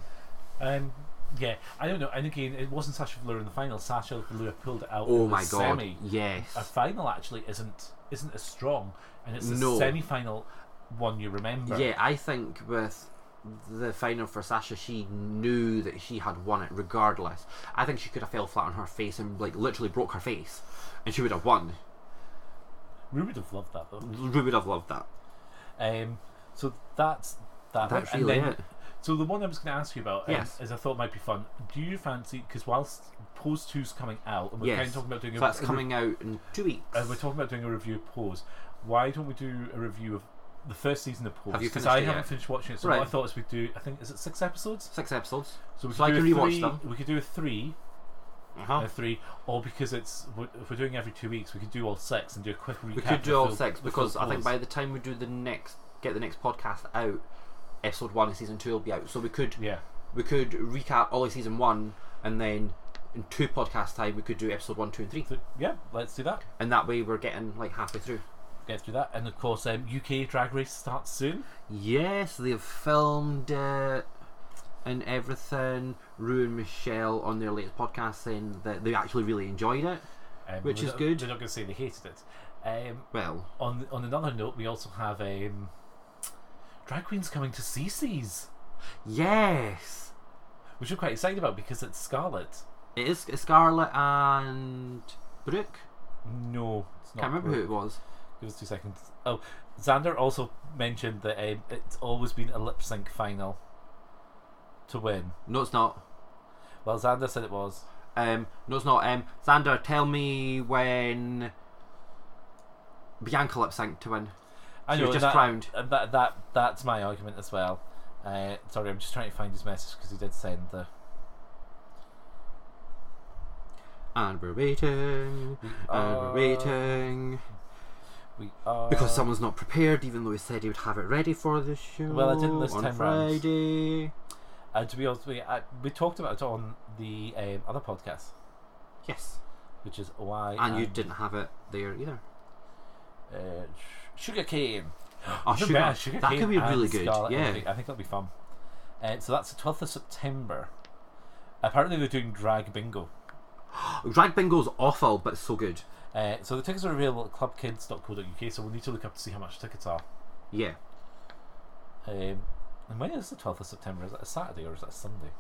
Speaker 2: Um, yeah, I don't know. And again, it wasn't Sasha Velour in the final. Sasha Velour pulled it out. in
Speaker 1: Oh
Speaker 2: the
Speaker 1: my god!
Speaker 2: Semi.
Speaker 1: Yes,
Speaker 2: a final actually isn't isn't as strong, and it's the
Speaker 1: No.
Speaker 2: semi-final one you remember.
Speaker 1: yeah. I think with the final for Sasha, she knew that she had won it regardless. I think she could have fell flat on her face and like literally broke her face, and she would have won.
Speaker 2: we would have loved that though.
Speaker 1: We would have loved that.
Speaker 2: Um, so that's that. one.
Speaker 1: That's really
Speaker 2: and then,
Speaker 1: it.
Speaker 2: So the one I was going to ask you about, um,
Speaker 1: Yes.
Speaker 2: is I thought might be fun. Do you fancy? Because whilst Pose Two's coming out, and we're kind
Speaker 1: Yes,
Speaker 2: of talking about doing
Speaker 1: so
Speaker 2: a,
Speaker 1: that's
Speaker 2: a re-
Speaker 1: coming out in two weeks.
Speaker 2: and we're talking about doing a review of Pose. Why don't we do a review of the first season of Pose?
Speaker 1: Have you
Speaker 2: Because
Speaker 1: finished
Speaker 2: I
Speaker 1: it
Speaker 2: haven't
Speaker 1: yet?
Speaker 2: finished watching it. So what
Speaker 1: Right.
Speaker 2: I thought is we'd do. I think is it six episodes.
Speaker 1: Six episodes.
Speaker 2: So we could
Speaker 1: So I
Speaker 2: do a
Speaker 1: can rewatch
Speaker 2: three,
Speaker 1: them.
Speaker 2: We could do a three
Speaker 1: Uh-huh.
Speaker 2: a three, or because it's w- if we're doing every two weeks, we could do all six and do a quick recap.
Speaker 1: We could do
Speaker 2: with
Speaker 1: all
Speaker 2: the-
Speaker 1: six
Speaker 2: with
Speaker 1: because
Speaker 2: the
Speaker 1: I think
Speaker 2: pause.
Speaker 1: by the time we do the next, get the next podcast out, episode one and season two will be out. So we could
Speaker 2: yeah,
Speaker 1: we could recap all of season one and then in two podcast time we could do episode one, two, and three,
Speaker 2: so, yeah, let's do that.
Speaker 1: and that way we're getting like halfway through.
Speaker 2: Get through that, and of course, um, UK Drag Race starts soon.
Speaker 1: Yes, they've filmed it and everything. Rue and Michelle on their latest podcast saying that they actually really enjoyed it.
Speaker 2: Um,
Speaker 1: Which
Speaker 2: we're
Speaker 1: is
Speaker 2: not-
Speaker 1: good.
Speaker 2: We're not going to say they hated it. Um,
Speaker 1: Well,
Speaker 2: on on another note, we also have um, drag queens coming to CC's,
Speaker 1: yes.
Speaker 2: which we're quite excited about because it's Scarlet.
Speaker 1: It is it's Scarlet and Brooke.
Speaker 2: No, it's not
Speaker 1: Can't remember who
Speaker 2: Brooke.
Speaker 1: it was.
Speaker 2: Give us two seconds. Oh, Xander also mentioned that um, it's always been a lip sync final to win.
Speaker 1: No, it's not.
Speaker 2: Well, Xander said it was.
Speaker 1: Um, no, it's not. Um, Xander, tell me when Bianca lip synced to win.
Speaker 2: I
Speaker 1: She
Speaker 2: know,
Speaker 1: was just
Speaker 2: that,
Speaker 1: crowned.
Speaker 2: and that that that's my argument as well. Uh, sorry, I'm just trying to find his message because he did send the.
Speaker 1: And we're waiting. And
Speaker 2: are-
Speaker 1: we're waiting.
Speaker 2: We are
Speaker 1: Because someone's not prepared, even though he said he would have it ready for the show.
Speaker 2: Well, I didn't this
Speaker 1: on
Speaker 2: time round.
Speaker 1: Friday.
Speaker 2: Uh, to be honest, we I, we talked about it on the um, other podcast,
Speaker 1: Yes.
Speaker 2: which is why
Speaker 1: And you
Speaker 2: I'm,
Speaker 1: didn't have it there either.
Speaker 2: uh, sh- sugar cane.
Speaker 1: Oh,
Speaker 2: The
Speaker 1: sugar.
Speaker 2: best, sugar
Speaker 1: that
Speaker 2: cane
Speaker 1: could be
Speaker 2: and
Speaker 1: really good.
Speaker 2: Scarlet
Speaker 1: yeah.
Speaker 2: Envy. I think that'll be fun. Uh, so that's the 12th of September. Apparently, they're doing drag bingo.
Speaker 1: Drag bingo's awful, but so good.
Speaker 2: Uh, so the tickets are available at clubkids.co.uk, so we'll need to look up to see how much tickets are.
Speaker 1: Yeah.
Speaker 2: Um, and when is the 12th of September? Is that a Saturday or is that a Sunday?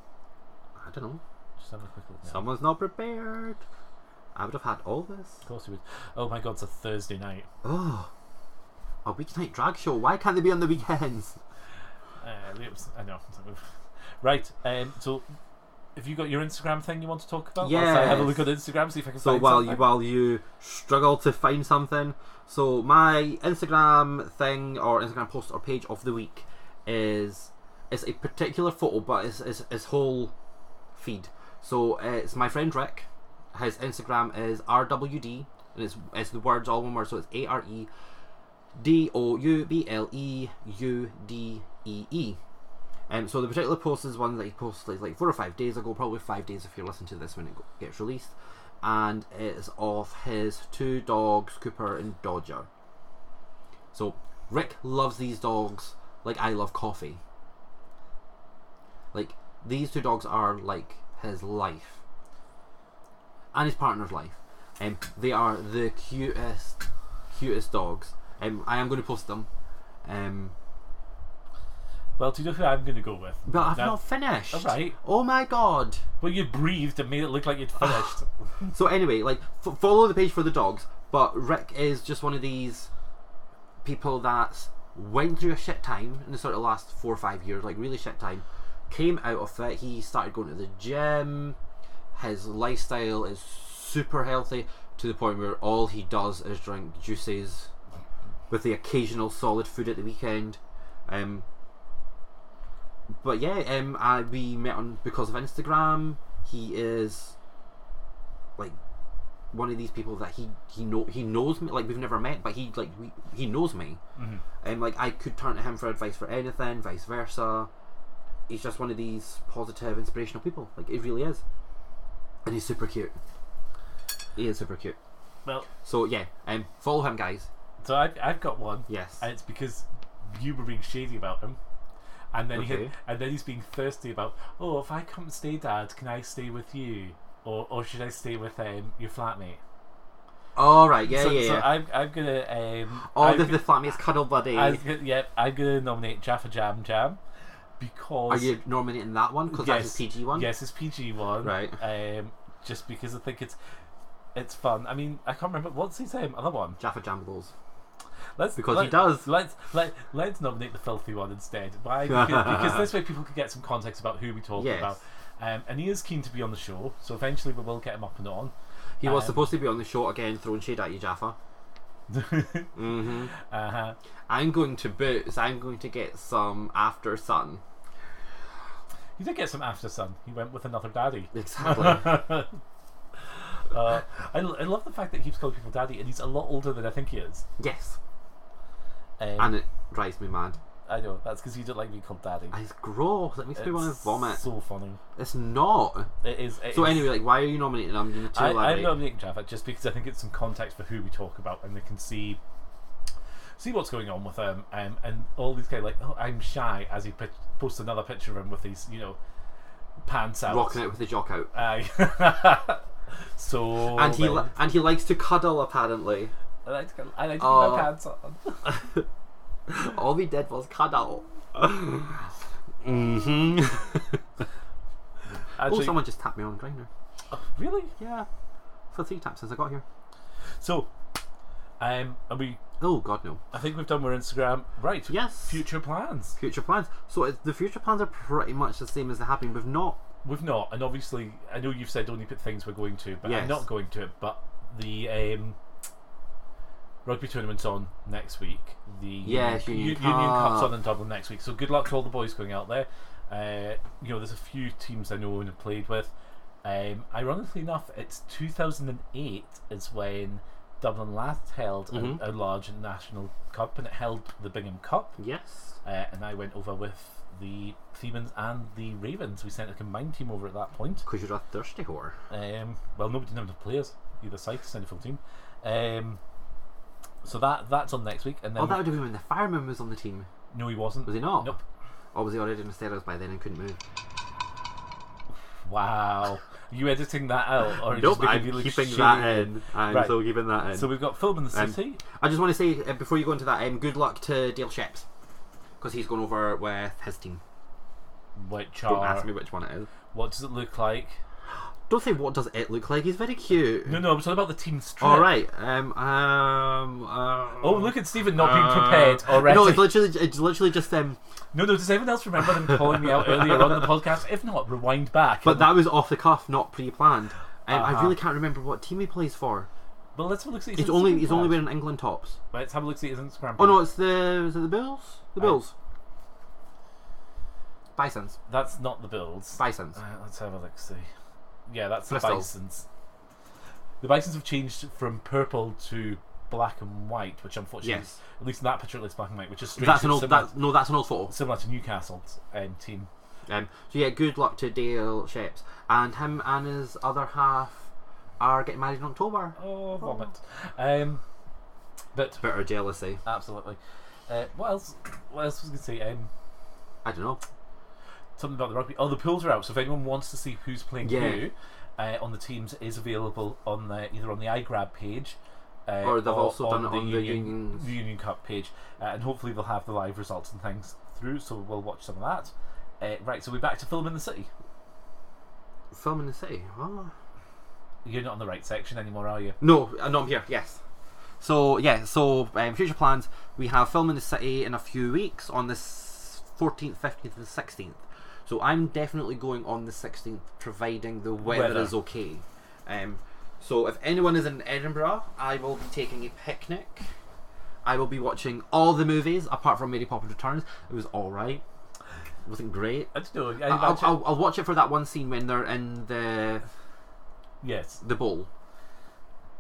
Speaker 1: I don't know.
Speaker 2: Just having a quick look. Now.
Speaker 1: Someone's not prepared. I would have had all this.
Speaker 2: Of course we would. Oh my god, it's a Thursday night.
Speaker 1: Oh. A weeknight drag show. Why can't they be on the weekends?
Speaker 2: Uh, Liam's- I know. [laughs] right, um, so have you got your Instagram thing you want to talk about? Whilst I have a look
Speaker 1: Yes.
Speaker 2: at Instagram, see if I can
Speaker 1: So
Speaker 2: find
Speaker 1: while you
Speaker 2: something.
Speaker 1: while you struggle to find something, so my Instagram thing or Instagram post or page of the week is it's a particular photo, but it's it's, it's whole feed. So uh, it's my friend Rick. His Instagram is rwd, and it's it's the words all one word. So it's a r e d o u b l e u d e e. Um, so the particular post is one that he posted like four or five days ago, probably five days if you're listening to this when it go- gets released, and it's of his two dogs, Cooper and Dodger. So Rick loves these dogs like I love coffee. Like these two dogs are like his life, and his partner's life. Um, they are the cutest, cutest dogs. Um, I am going to post them. Um,
Speaker 2: Well, do you know who I'm going to go with?
Speaker 1: but I've
Speaker 2: Now-
Speaker 1: not finished.
Speaker 2: Alright.
Speaker 1: Oh my god.
Speaker 2: Well, you breathed and made it look like you'd
Speaker 1: Ah.
Speaker 2: finished.
Speaker 1: So anyway, like f- follow the page for the dogs, but Rick is just one of these people that's went through a shit time in the sort of last four or five years, like really shit time. Came out of it. He started going to the gym. His lifestyle is super healthy to the point where all he does is drink juices with the occasional solid food at the weekend. Um, but yeah, um, I, we met on because of Instagram. He is like one of these people that he he know he knows me like we've never met, but he like we, he knows me,
Speaker 2: Mm-hmm.
Speaker 1: and like I could turn to him for advice for anything, vice versa. He's just one of these positive, inspirational people. Like it really is, and he's super cute. He is super cute.
Speaker 2: well,
Speaker 1: So yeah, um, follow him, guys.
Speaker 2: so I've, I've got one.
Speaker 1: Yes.
Speaker 2: And it's because you were being shady about him. And then he
Speaker 1: Okay.
Speaker 2: and then he's being thirsty about, oh, if I come and stay, Dad, can I stay with you? Or, or should I stay with um, your flatmate?
Speaker 1: All right. Yeah.
Speaker 2: so,
Speaker 1: yeah.
Speaker 2: so
Speaker 1: yeah.
Speaker 2: I'm, I'm gonna. Um,
Speaker 1: oh,
Speaker 2: I'm
Speaker 1: the,
Speaker 2: gonna,
Speaker 1: the flatmate's cuddle buddy.
Speaker 2: I'm gonna, yeah, I'm gonna nominate Jaffa Jam Jam because
Speaker 1: Are you nominating that one because that's
Speaker 2: Yes.
Speaker 1: his PG one?
Speaker 2: Yes, it's PG one.
Speaker 1: Right.
Speaker 2: Um, just because I think it's it's fun. I mean, I can't remember what's his um, other one.
Speaker 1: Jaffa Jambles.
Speaker 2: Let's
Speaker 1: Because
Speaker 2: let,
Speaker 1: he does.
Speaker 2: Let's let let's nominate the filthy one instead.
Speaker 1: [laughs]
Speaker 2: Why? Because, because this way people can get some context about who we talk
Speaker 1: Yes.
Speaker 2: about. Um, and he is keen to be on the show, so eventually we will get him up and on. [laughs]
Speaker 1: He was
Speaker 2: Um,
Speaker 1: supposed to be on the show again, throwing shade at you, Jaffa. hmm
Speaker 2: Uh-huh.
Speaker 1: I'm going to Boots. I'm going to get some after sun.
Speaker 2: He did get some after sun. He went with another daddy. [laughs]
Speaker 1: Exactly.
Speaker 2: Uh, I, l- I love the fact that he keeps calling people daddy, and he's a lot older than I think he is.
Speaker 1: yes,
Speaker 2: Um,
Speaker 1: and it drives me mad.
Speaker 2: I know that's because you don't like being called daddy.
Speaker 1: It's gross. It makes me want to vomit.
Speaker 2: So funny.
Speaker 1: It's not.
Speaker 2: It is. it
Speaker 1: So
Speaker 2: is-
Speaker 1: anyway, like, why are you nominating? I'm going to
Speaker 2: I, I'm
Speaker 1: elaborate.
Speaker 2: nominating Jaffa just because I think it's some context for who we talk about, and they can see see what's going on with them, um, and all these kind of like, oh, I'm shy, as he pic- posts another picture of him with these, you know, pants out.
Speaker 1: Rocking it with the jock out,
Speaker 2: Aye. [laughs] so
Speaker 1: and he
Speaker 2: well,
Speaker 1: li- and he likes to cuddle. Apparently, [gasps]
Speaker 2: I like to, go- I like to
Speaker 1: Oh.
Speaker 2: keep my pants on.
Speaker 1: all we did was
Speaker 2: [laughs]
Speaker 1: cuddle. [laughs] hmm oh,
Speaker 2: Mm-hmm. Actually,
Speaker 1: someone just tapped me on grinder.
Speaker 2: really?
Speaker 1: Yeah, for three taps since I got here.
Speaker 2: So, um, are we?
Speaker 1: Oh God, no.
Speaker 2: I think we've done with Instagram, right?
Speaker 1: Yes.
Speaker 2: Future plans.
Speaker 1: future plans. So it's, the future plans are pretty much the same as they have been. We've not.
Speaker 2: We've not, and obviously, I know you've said only put things we're going to, but
Speaker 1: Yes.
Speaker 2: I'm not going to it. But the um, Rugby tournament's on next week. The
Speaker 1: Yeah,
Speaker 2: Union,
Speaker 1: Union
Speaker 2: U- Union Cup's
Speaker 1: Cup.
Speaker 2: on in Dublin next week. So good luck to all the boys going out there. Uh, you know, there's a few teams I know and have played with. Um, ironically enough, it's 2008 is when Dublin last held
Speaker 1: Mhm.
Speaker 2: a, a large national cup, and it held the Bingham Cup.
Speaker 1: Yes.
Speaker 2: Uh, and I went over with the Themans and the Ravens. We sent a combined team over at that point.
Speaker 1: Because you're a thirsty whore.
Speaker 2: Um, well, nobody didn't have enough players either side to send a full team. Um, so that that's on next week, and then
Speaker 1: Oh, that would have been when the fireman was on the team.
Speaker 2: no, he wasn't.
Speaker 1: Was he not?
Speaker 2: Um, Nope.
Speaker 1: Or was he already in the steroids by then and couldn't move?
Speaker 2: Wow. Are you editing that out, or are you just making me look shitty?
Speaker 1: I'm
Speaker 2: Right.
Speaker 1: still keeping that in.
Speaker 2: So we've got film in the
Speaker 1: Um,
Speaker 2: city.
Speaker 1: I just want to say uh, before you go into that, um, good luck to Dale Sheps because he's going over with his team.
Speaker 2: which
Speaker 1: Don't
Speaker 2: are
Speaker 1: ask me which one it is.
Speaker 2: what does it look like?
Speaker 1: Don't say what does it look like. He's very cute.
Speaker 2: No, no, I'm talking about the team strip.
Speaker 1: All right. Um. Um. uh,
Speaker 2: Oh, look at Stephen not
Speaker 1: uh,
Speaker 2: being prepared already.
Speaker 1: No, it's literally it's literally just um.
Speaker 2: no, no. Does anyone else remember them calling me out earlier on in the podcast? If not, rewind back.
Speaker 1: But that was off the cuff, not pre-planned. Um, I
Speaker 2: Uh-huh.
Speaker 1: really can't remember what team he plays for.
Speaker 2: But let's have a look at his
Speaker 1: He's only
Speaker 2: Instagram
Speaker 1: he's only
Speaker 2: page.
Speaker 1: wearing England tops.
Speaker 2: Let's have a look at his Instagram.
Speaker 1: Oh no,
Speaker 2: page.
Speaker 1: it's the is it the Bills? The
Speaker 2: Right.
Speaker 1: Bills. Bisons.
Speaker 2: that's not the builds.
Speaker 1: Bisons.
Speaker 2: Uh, let's have a look. See, yeah, that's the
Speaker 1: Bristol.
Speaker 2: Bisons. The Bisons have changed from purple to black and white, which unfortunately,
Speaker 1: Yes.
Speaker 2: at least in that picture, it looks black and white, which is strange.
Speaker 1: That's an
Speaker 2: and
Speaker 1: old.
Speaker 2: similar,
Speaker 1: That, no, that's an old photo.
Speaker 2: similar to Newcastle's um, team.
Speaker 1: Um, so yeah, good luck to Dale Sheps and him and his other half are getting married in October.
Speaker 2: Oh, vomit! Um, but
Speaker 1: Bitter jealousy.
Speaker 2: absolutely. Uh, what else? What else was I going to say? Um,
Speaker 1: I don't know.
Speaker 2: something about the rugby. Oh, the pools are out. So if anyone wants to see who's playing
Speaker 1: Yeah.
Speaker 2: who uh, on the teams, it is available on the either on the iGrab page. Uh,
Speaker 1: Or they've also done it on the unions.
Speaker 2: the Union Cup page, uh, and hopefully they'll have the live results and things through. So we'll watch some of that. Uh, right, so we're back to film in the city.
Speaker 1: Film in the city. Oh.
Speaker 2: You're not on the right section anymore, are you?
Speaker 1: No, uh, no, I'm here. Yes. So yeah, so um, future plans. We have film in the city in a few weeks on the fourteenth, fifteenth, and sixteenth. So I'm definitely going on the sixteenth, providing the weather,
Speaker 2: Weather.
Speaker 1: is okay. Um, so if anyone is in Edinburgh, I will be taking a picnic. I will be watching all the movies apart from Mary Poppins Returns. It was all right. It wasn't great.
Speaker 2: I don't know. I
Speaker 1: I'll,
Speaker 2: imagine-
Speaker 1: I'll, I'll watch it for that one scene when they're in the
Speaker 2: yes,
Speaker 1: the bowl.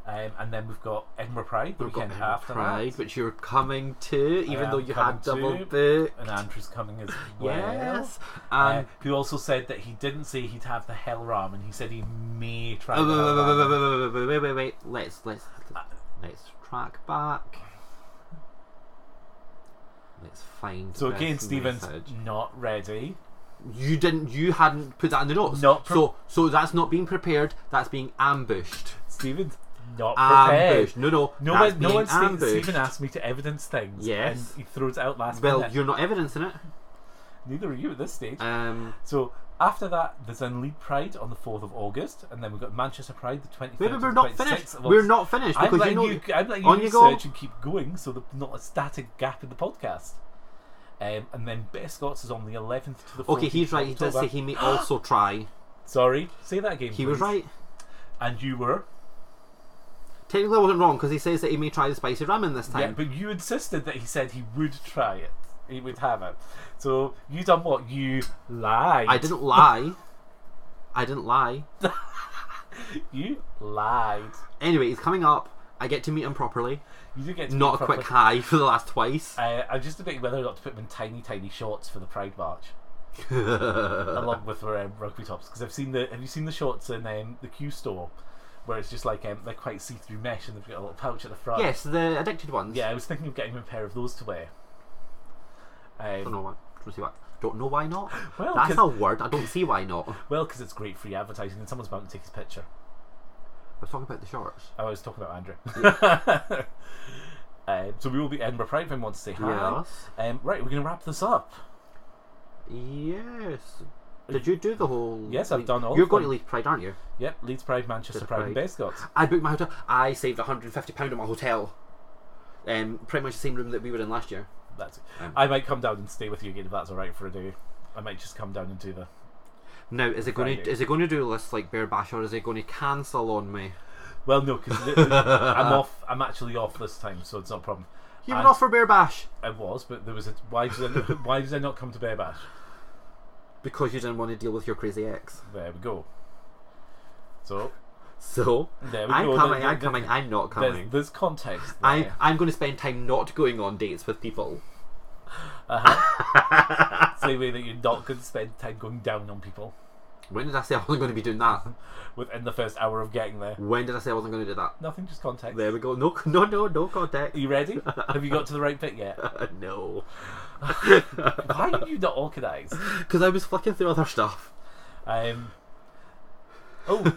Speaker 2: um, and then we've got Edinburgh Pride the
Speaker 1: We've
Speaker 2: weekend
Speaker 1: got Edinburgh
Speaker 2: after
Speaker 1: Pride, which you're coming to, even
Speaker 2: am
Speaker 1: though you
Speaker 2: coming
Speaker 1: had double
Speaker 2: to.
Speaker 1: book.
Speaker 2: that, and Andrew's coming as well.
Speaker 1: Yes,
Speaker 2: Uh,
Speaker 1: and
Speaker 2: who also said that he didn't say he'd have the hell ramen. He said he may try.
Speaker 1: Oh,
Speaker 2: the
Speaker 1: wait, wait,
Speaker 2: hell
Speaker 1: wait, wait, wait,
Speaker 2: ramen.
Speaker 1: wait, wait, wait, wait. Let's let's let's track back. Let's find.
Speaker 2: So
Speaker 1: this
Speaker 2: again, Stevens
Speaker 1: message.
Speaker 2: not ready.
Speaker 1: you didn't, you hadn't put that in the notes.
Speaker 2: Not pre-
Speaker 1: so so that's not being prepared. That's being ambushed.
Speaker 2: Stevens not prepared.
Speaker 1: Ambushed. No, no,
Speaker 2: No
Speaker 1: that's
Speaker 2: one, no
Speaker 1: being
Speaker 2: one. Ste-
Speaker 1: ambushed.
Speaker 2: Stephen asked me to evidence things.
Speaker 1: Yes.
Speaker 2: and he throws it out last
Speaker 1: well,
Speaker 2: minute.
Speaker 1: you're not evidencing it.
Speaker 2: Neither are you at this stage.
Speaker 1: Um,
Speaker 2: so after that, there's then Leeds Pride on the fourth of August, and then we've got Manchester Pride the twenty
Speaker 1: maybe
Speaker 2: fifth.
Speaker 1: we're not finished. We're not finished
Speaker 2: I'm
Speaker 1: because you
Speaker 2: letting
Speaker 1: know
Speaker 2: you, I'm letting
Speaker 1: on
Speaker 2: you
Speaker 1: you go.
Speaker 2: research and keep going, so there's not a static gap in the podcast. Um, and then Bear Scots is on the 11th to the 14th.
Speaker 1: Okay, he's
Speaker 2: of
Speaker 1: right. He did say
Speaker 2: October.
Speaker 1: he
Speaker 2: [gasps]
Speaker 1: may also try.
Speaker 2: Sorry, say that again.
Speaker 1: He was
Speaker 2: please.
Speaker 1: right.
Speaker 2: And you were.
Speaker 1: Technically, I wasn't wrong because he says that he may try the spicy ramen this
Speaker 2: Yeah,
Speaker 1: time.
Speaker 2: but you insisted that he said he would try it. He would have it. So you done what? You lied.
Speaker 1: I didn't lie. I didn't lie.
Speaker 2: You lied.
Speaker 1: Anyway, he's coming up. I get to meet him properly.
Speaker 2: You did get to
Speaker 1: Not a
Speaker 2: be
Speaker 1: quick
Speaker 2: proper-
Speaker 1: high for the last twice.
Speaker 2: Uh, I'm just debating whether or not to put him in tiny, tiny shorts for the Pride March, along with their um, rugby tops. Because I've seen the. Have you seen the shorts in um, the Q store, where it's just like um, they're quite see-through mesh and they've got a little pouch at the
Speaker 1: [laughs]
Speaker 2: front.
Speaker 1: yes, the addicted ones.
Speaker 2: Yeah, I was thinking of getting him a pair of those to wear.
Speaker 1: Don't
Speaker 2: Um,
Speaker 1: know why. Don't see why. Don't know why
Speaker 2: [laughs]
Speaker 1: not.
Speaker 2: Well,
Speaker 1: That's
Speaker 2: 'cause-
Speaker 1: a word. I don't see why not. I
Speaker 2: well, because it's great free advertising, and someone's about to take his picture.
Speaker 1: was talking about the shorts.
Speaker 2: I was talking about
Speaker 1: [laughs]
Speaker 2: Andrew. [laughs] um, so we will be at Edinburgh Pride if anyone wants to say hi.
Speaker 1: Yes.
Speaker 2: Um, right, we're going to wrap this up.
Speaker 1: Yes. Did you do the whole?
Speaker 2: Yes, I've done all
Speaker 1: You're
Speaker 2: of
Speaker 1: going
Speaker 2: them.
Speaker 1: to leave Pride, aren't you?
Speaker 2: Yep, Leeds Pride, Manchester
Speaker 1: Just
Speaker 2: Pride, and
Speaker 1: Pride.
Speaker 2: Bascots.
Speaker 1: I booked my hotel. I saved 150 pound on my hotel. Um, pretty much the same room that we were in last year.
Speaker 2: That's it.
Speaker 1: Um,
Speaker 2: I might come down and stay with you again if that's all right for a day. I might just come down and do the.
Speaker 1: Now, is it going
Speaker 2: Friday.
Speaker 1: to is it going to do lists like Bear Bash or is it going to cancel on me?
Speaker 2: Well, no,
Speaker 1: [laughs]
Speaker 2: because I'm off. I'm actually off this time, so it's not a problem.
Speaker 1: You went
Speaker 2: And-
Speaker 1: off for Bear Bash
Speaker 2: It was, but there was a why did I, why did I not [laughs] come to Bear Bash?
Speaker 1: because you didn't want to deal with your crazy ex.
Speaker 2: There we go. So
Speaker 1: So
Speaker 2: there we
Speaker 1: I'm
Speaker 2: go.
Speaker 1: coming.
Speaker 2: There-
Speaker 1: I'm
Speaker 2: there-
Speaker 1: coming. I'm not
Speaker 2: There's,
Speaker 1: coming.
Speaker 2: there's context. There.
Speaker 1: I I'm going to spend time not going on dates with people.
Speaker 2: Same way that you're not going to spend time going down on people
Speaker 1: When did I say I wasn't going to be doing that?
Speaker 2: within the first hour of getting there.
Speaker 1: When did I say I wasn't going to do that?
Speaker 2: Nothing, just context.
Speaker 1: There we go. No, [laughs] no, no, no
Speaker 2: Are
Speaker 1: contact. [laughs]
Speaker 2: you ready? Have you got to the right bit yet?
Speaker 1: no,
Speaker 2: Why are you not organised?
Speaker 1: because I was flicking through other stuff.
Speaker 2: Um,
Speaker 1: [laughs]
Speaker 2: oh,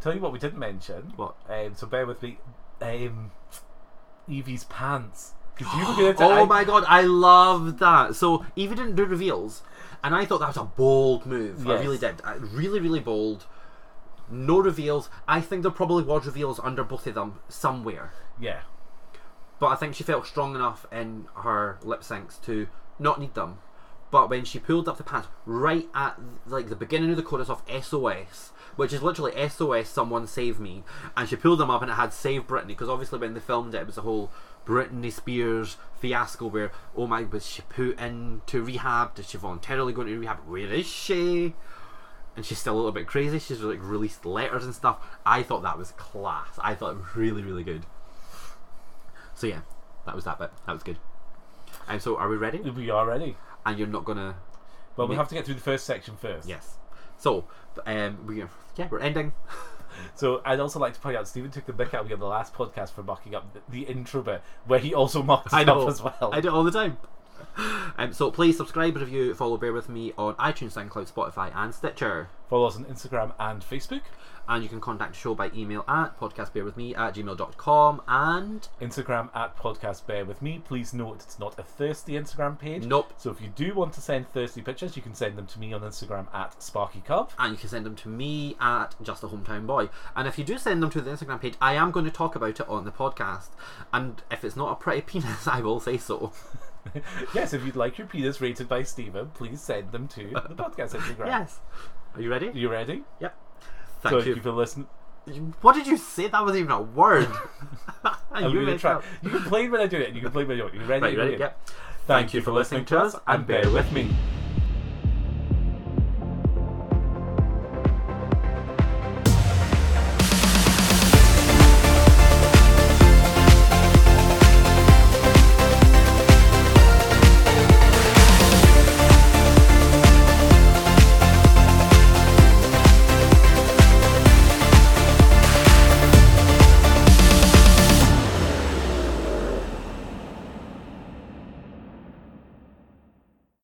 Speaker 2: tell you what we didn't mention.
Speaker 1: What?
Speaker 2: Um, so bear with me. Um, Evie's pants. 'Cause
Speaker 1: [gasps]
Speaker 2: you were gonna t-
Speaker 1: Oh
Speaker 2: I-
Speaker 1: my god, I love that. So Eva didn't do reveals, and I thought that was a bold move. I
Speaker 2: Yes.
Speaker 1: really did. I, really, really bold. No reveals. I think there probably was reveals under both of them somewhere,
Speaker 2: Yeah.
Speaker 1: but I think she felt strong enough in her lip syncs to not need them. But when she pulled up the pants right at like the beginning of the chorus of SOS, which is literally SOS, someone save me, and she pulled them up and it had Save Britney because obviously when they filmed it, it was the whole Britney Spears fiasco where oh my was she put into rehab? Did she voluntarily go into rehab? Where is she? And she's still a little bit crazy. She's like released letters and stuff. I thought that was class. I thought it was really really good. So yeah, that was that bit. That was good. And so are we ready?
Speaker 2: We are ready.
Speaker 1: and you're not gonna.
Speaker 2: Well, we have to get through the first section first.
Speaker 1: Yes. So, um, we yeah, we're
Speaker 2: [laughs]
Speaker 1: ending.
Speaker 2: So I'd also like to point out Stephen took the mick out of me on the last podcast for mucking up the, the intro bit, where he also mocked us up as well.
Speaker 1: I do it all the time. Um, so please subscribe, review, follow, bear with me on iTunes, SoundCloud, Spotify, and Stitcher.
Speaker 2: Follow us on Instagram and Facebook.
Speaker 1: And you can contact the show by email at podcastbearwithme at gmail.com and
Speaker 2: Instagram at podcast bear with me. Please note it's not a thirsty Instagram page.
Speaker 1: Nope.
Speaker 2: So if you do want to send thirsty pictures, you can send them to me on Instagram at Sparky Cub.
Speaker 1: and you can send them to me at just a hometown boy. And if you do send them to the Instagram page, I am going to talk about it on the podcast. And if it's not a pretty [laughs] penis, I will say so.
Speaker 2: yes, if you'd like your penis rated by Stephen, please send them to the [laughs] podcast Instagram.
Speaker 1: Yes. Are you ready?
Speaker 2: You ready?
Speaker 1: Yep.
Speaker 2: so
Speaker 1: Thank
Speaker 2: if
Speaker 1: you.
Speaker 2: you've been listening,
Speaker 1: What did you say? That wasn't even a
Speaker 2: [laughs]
Speaker 1: word. [laughs]
Speaker 2: I'm
Speaker 1: you
Speaker 2: going to
Speaker 1: made
Speaker 2: try.
Speaker 1: that-
Speaker 2: You can play when I do it. You can play when I do it. You ready?
Speaker 1: Right, you ready?
Speaker 2: Here we go.
Speaker 1: Yep.
Speaker 2: Thank you for listening to us, and bear with me.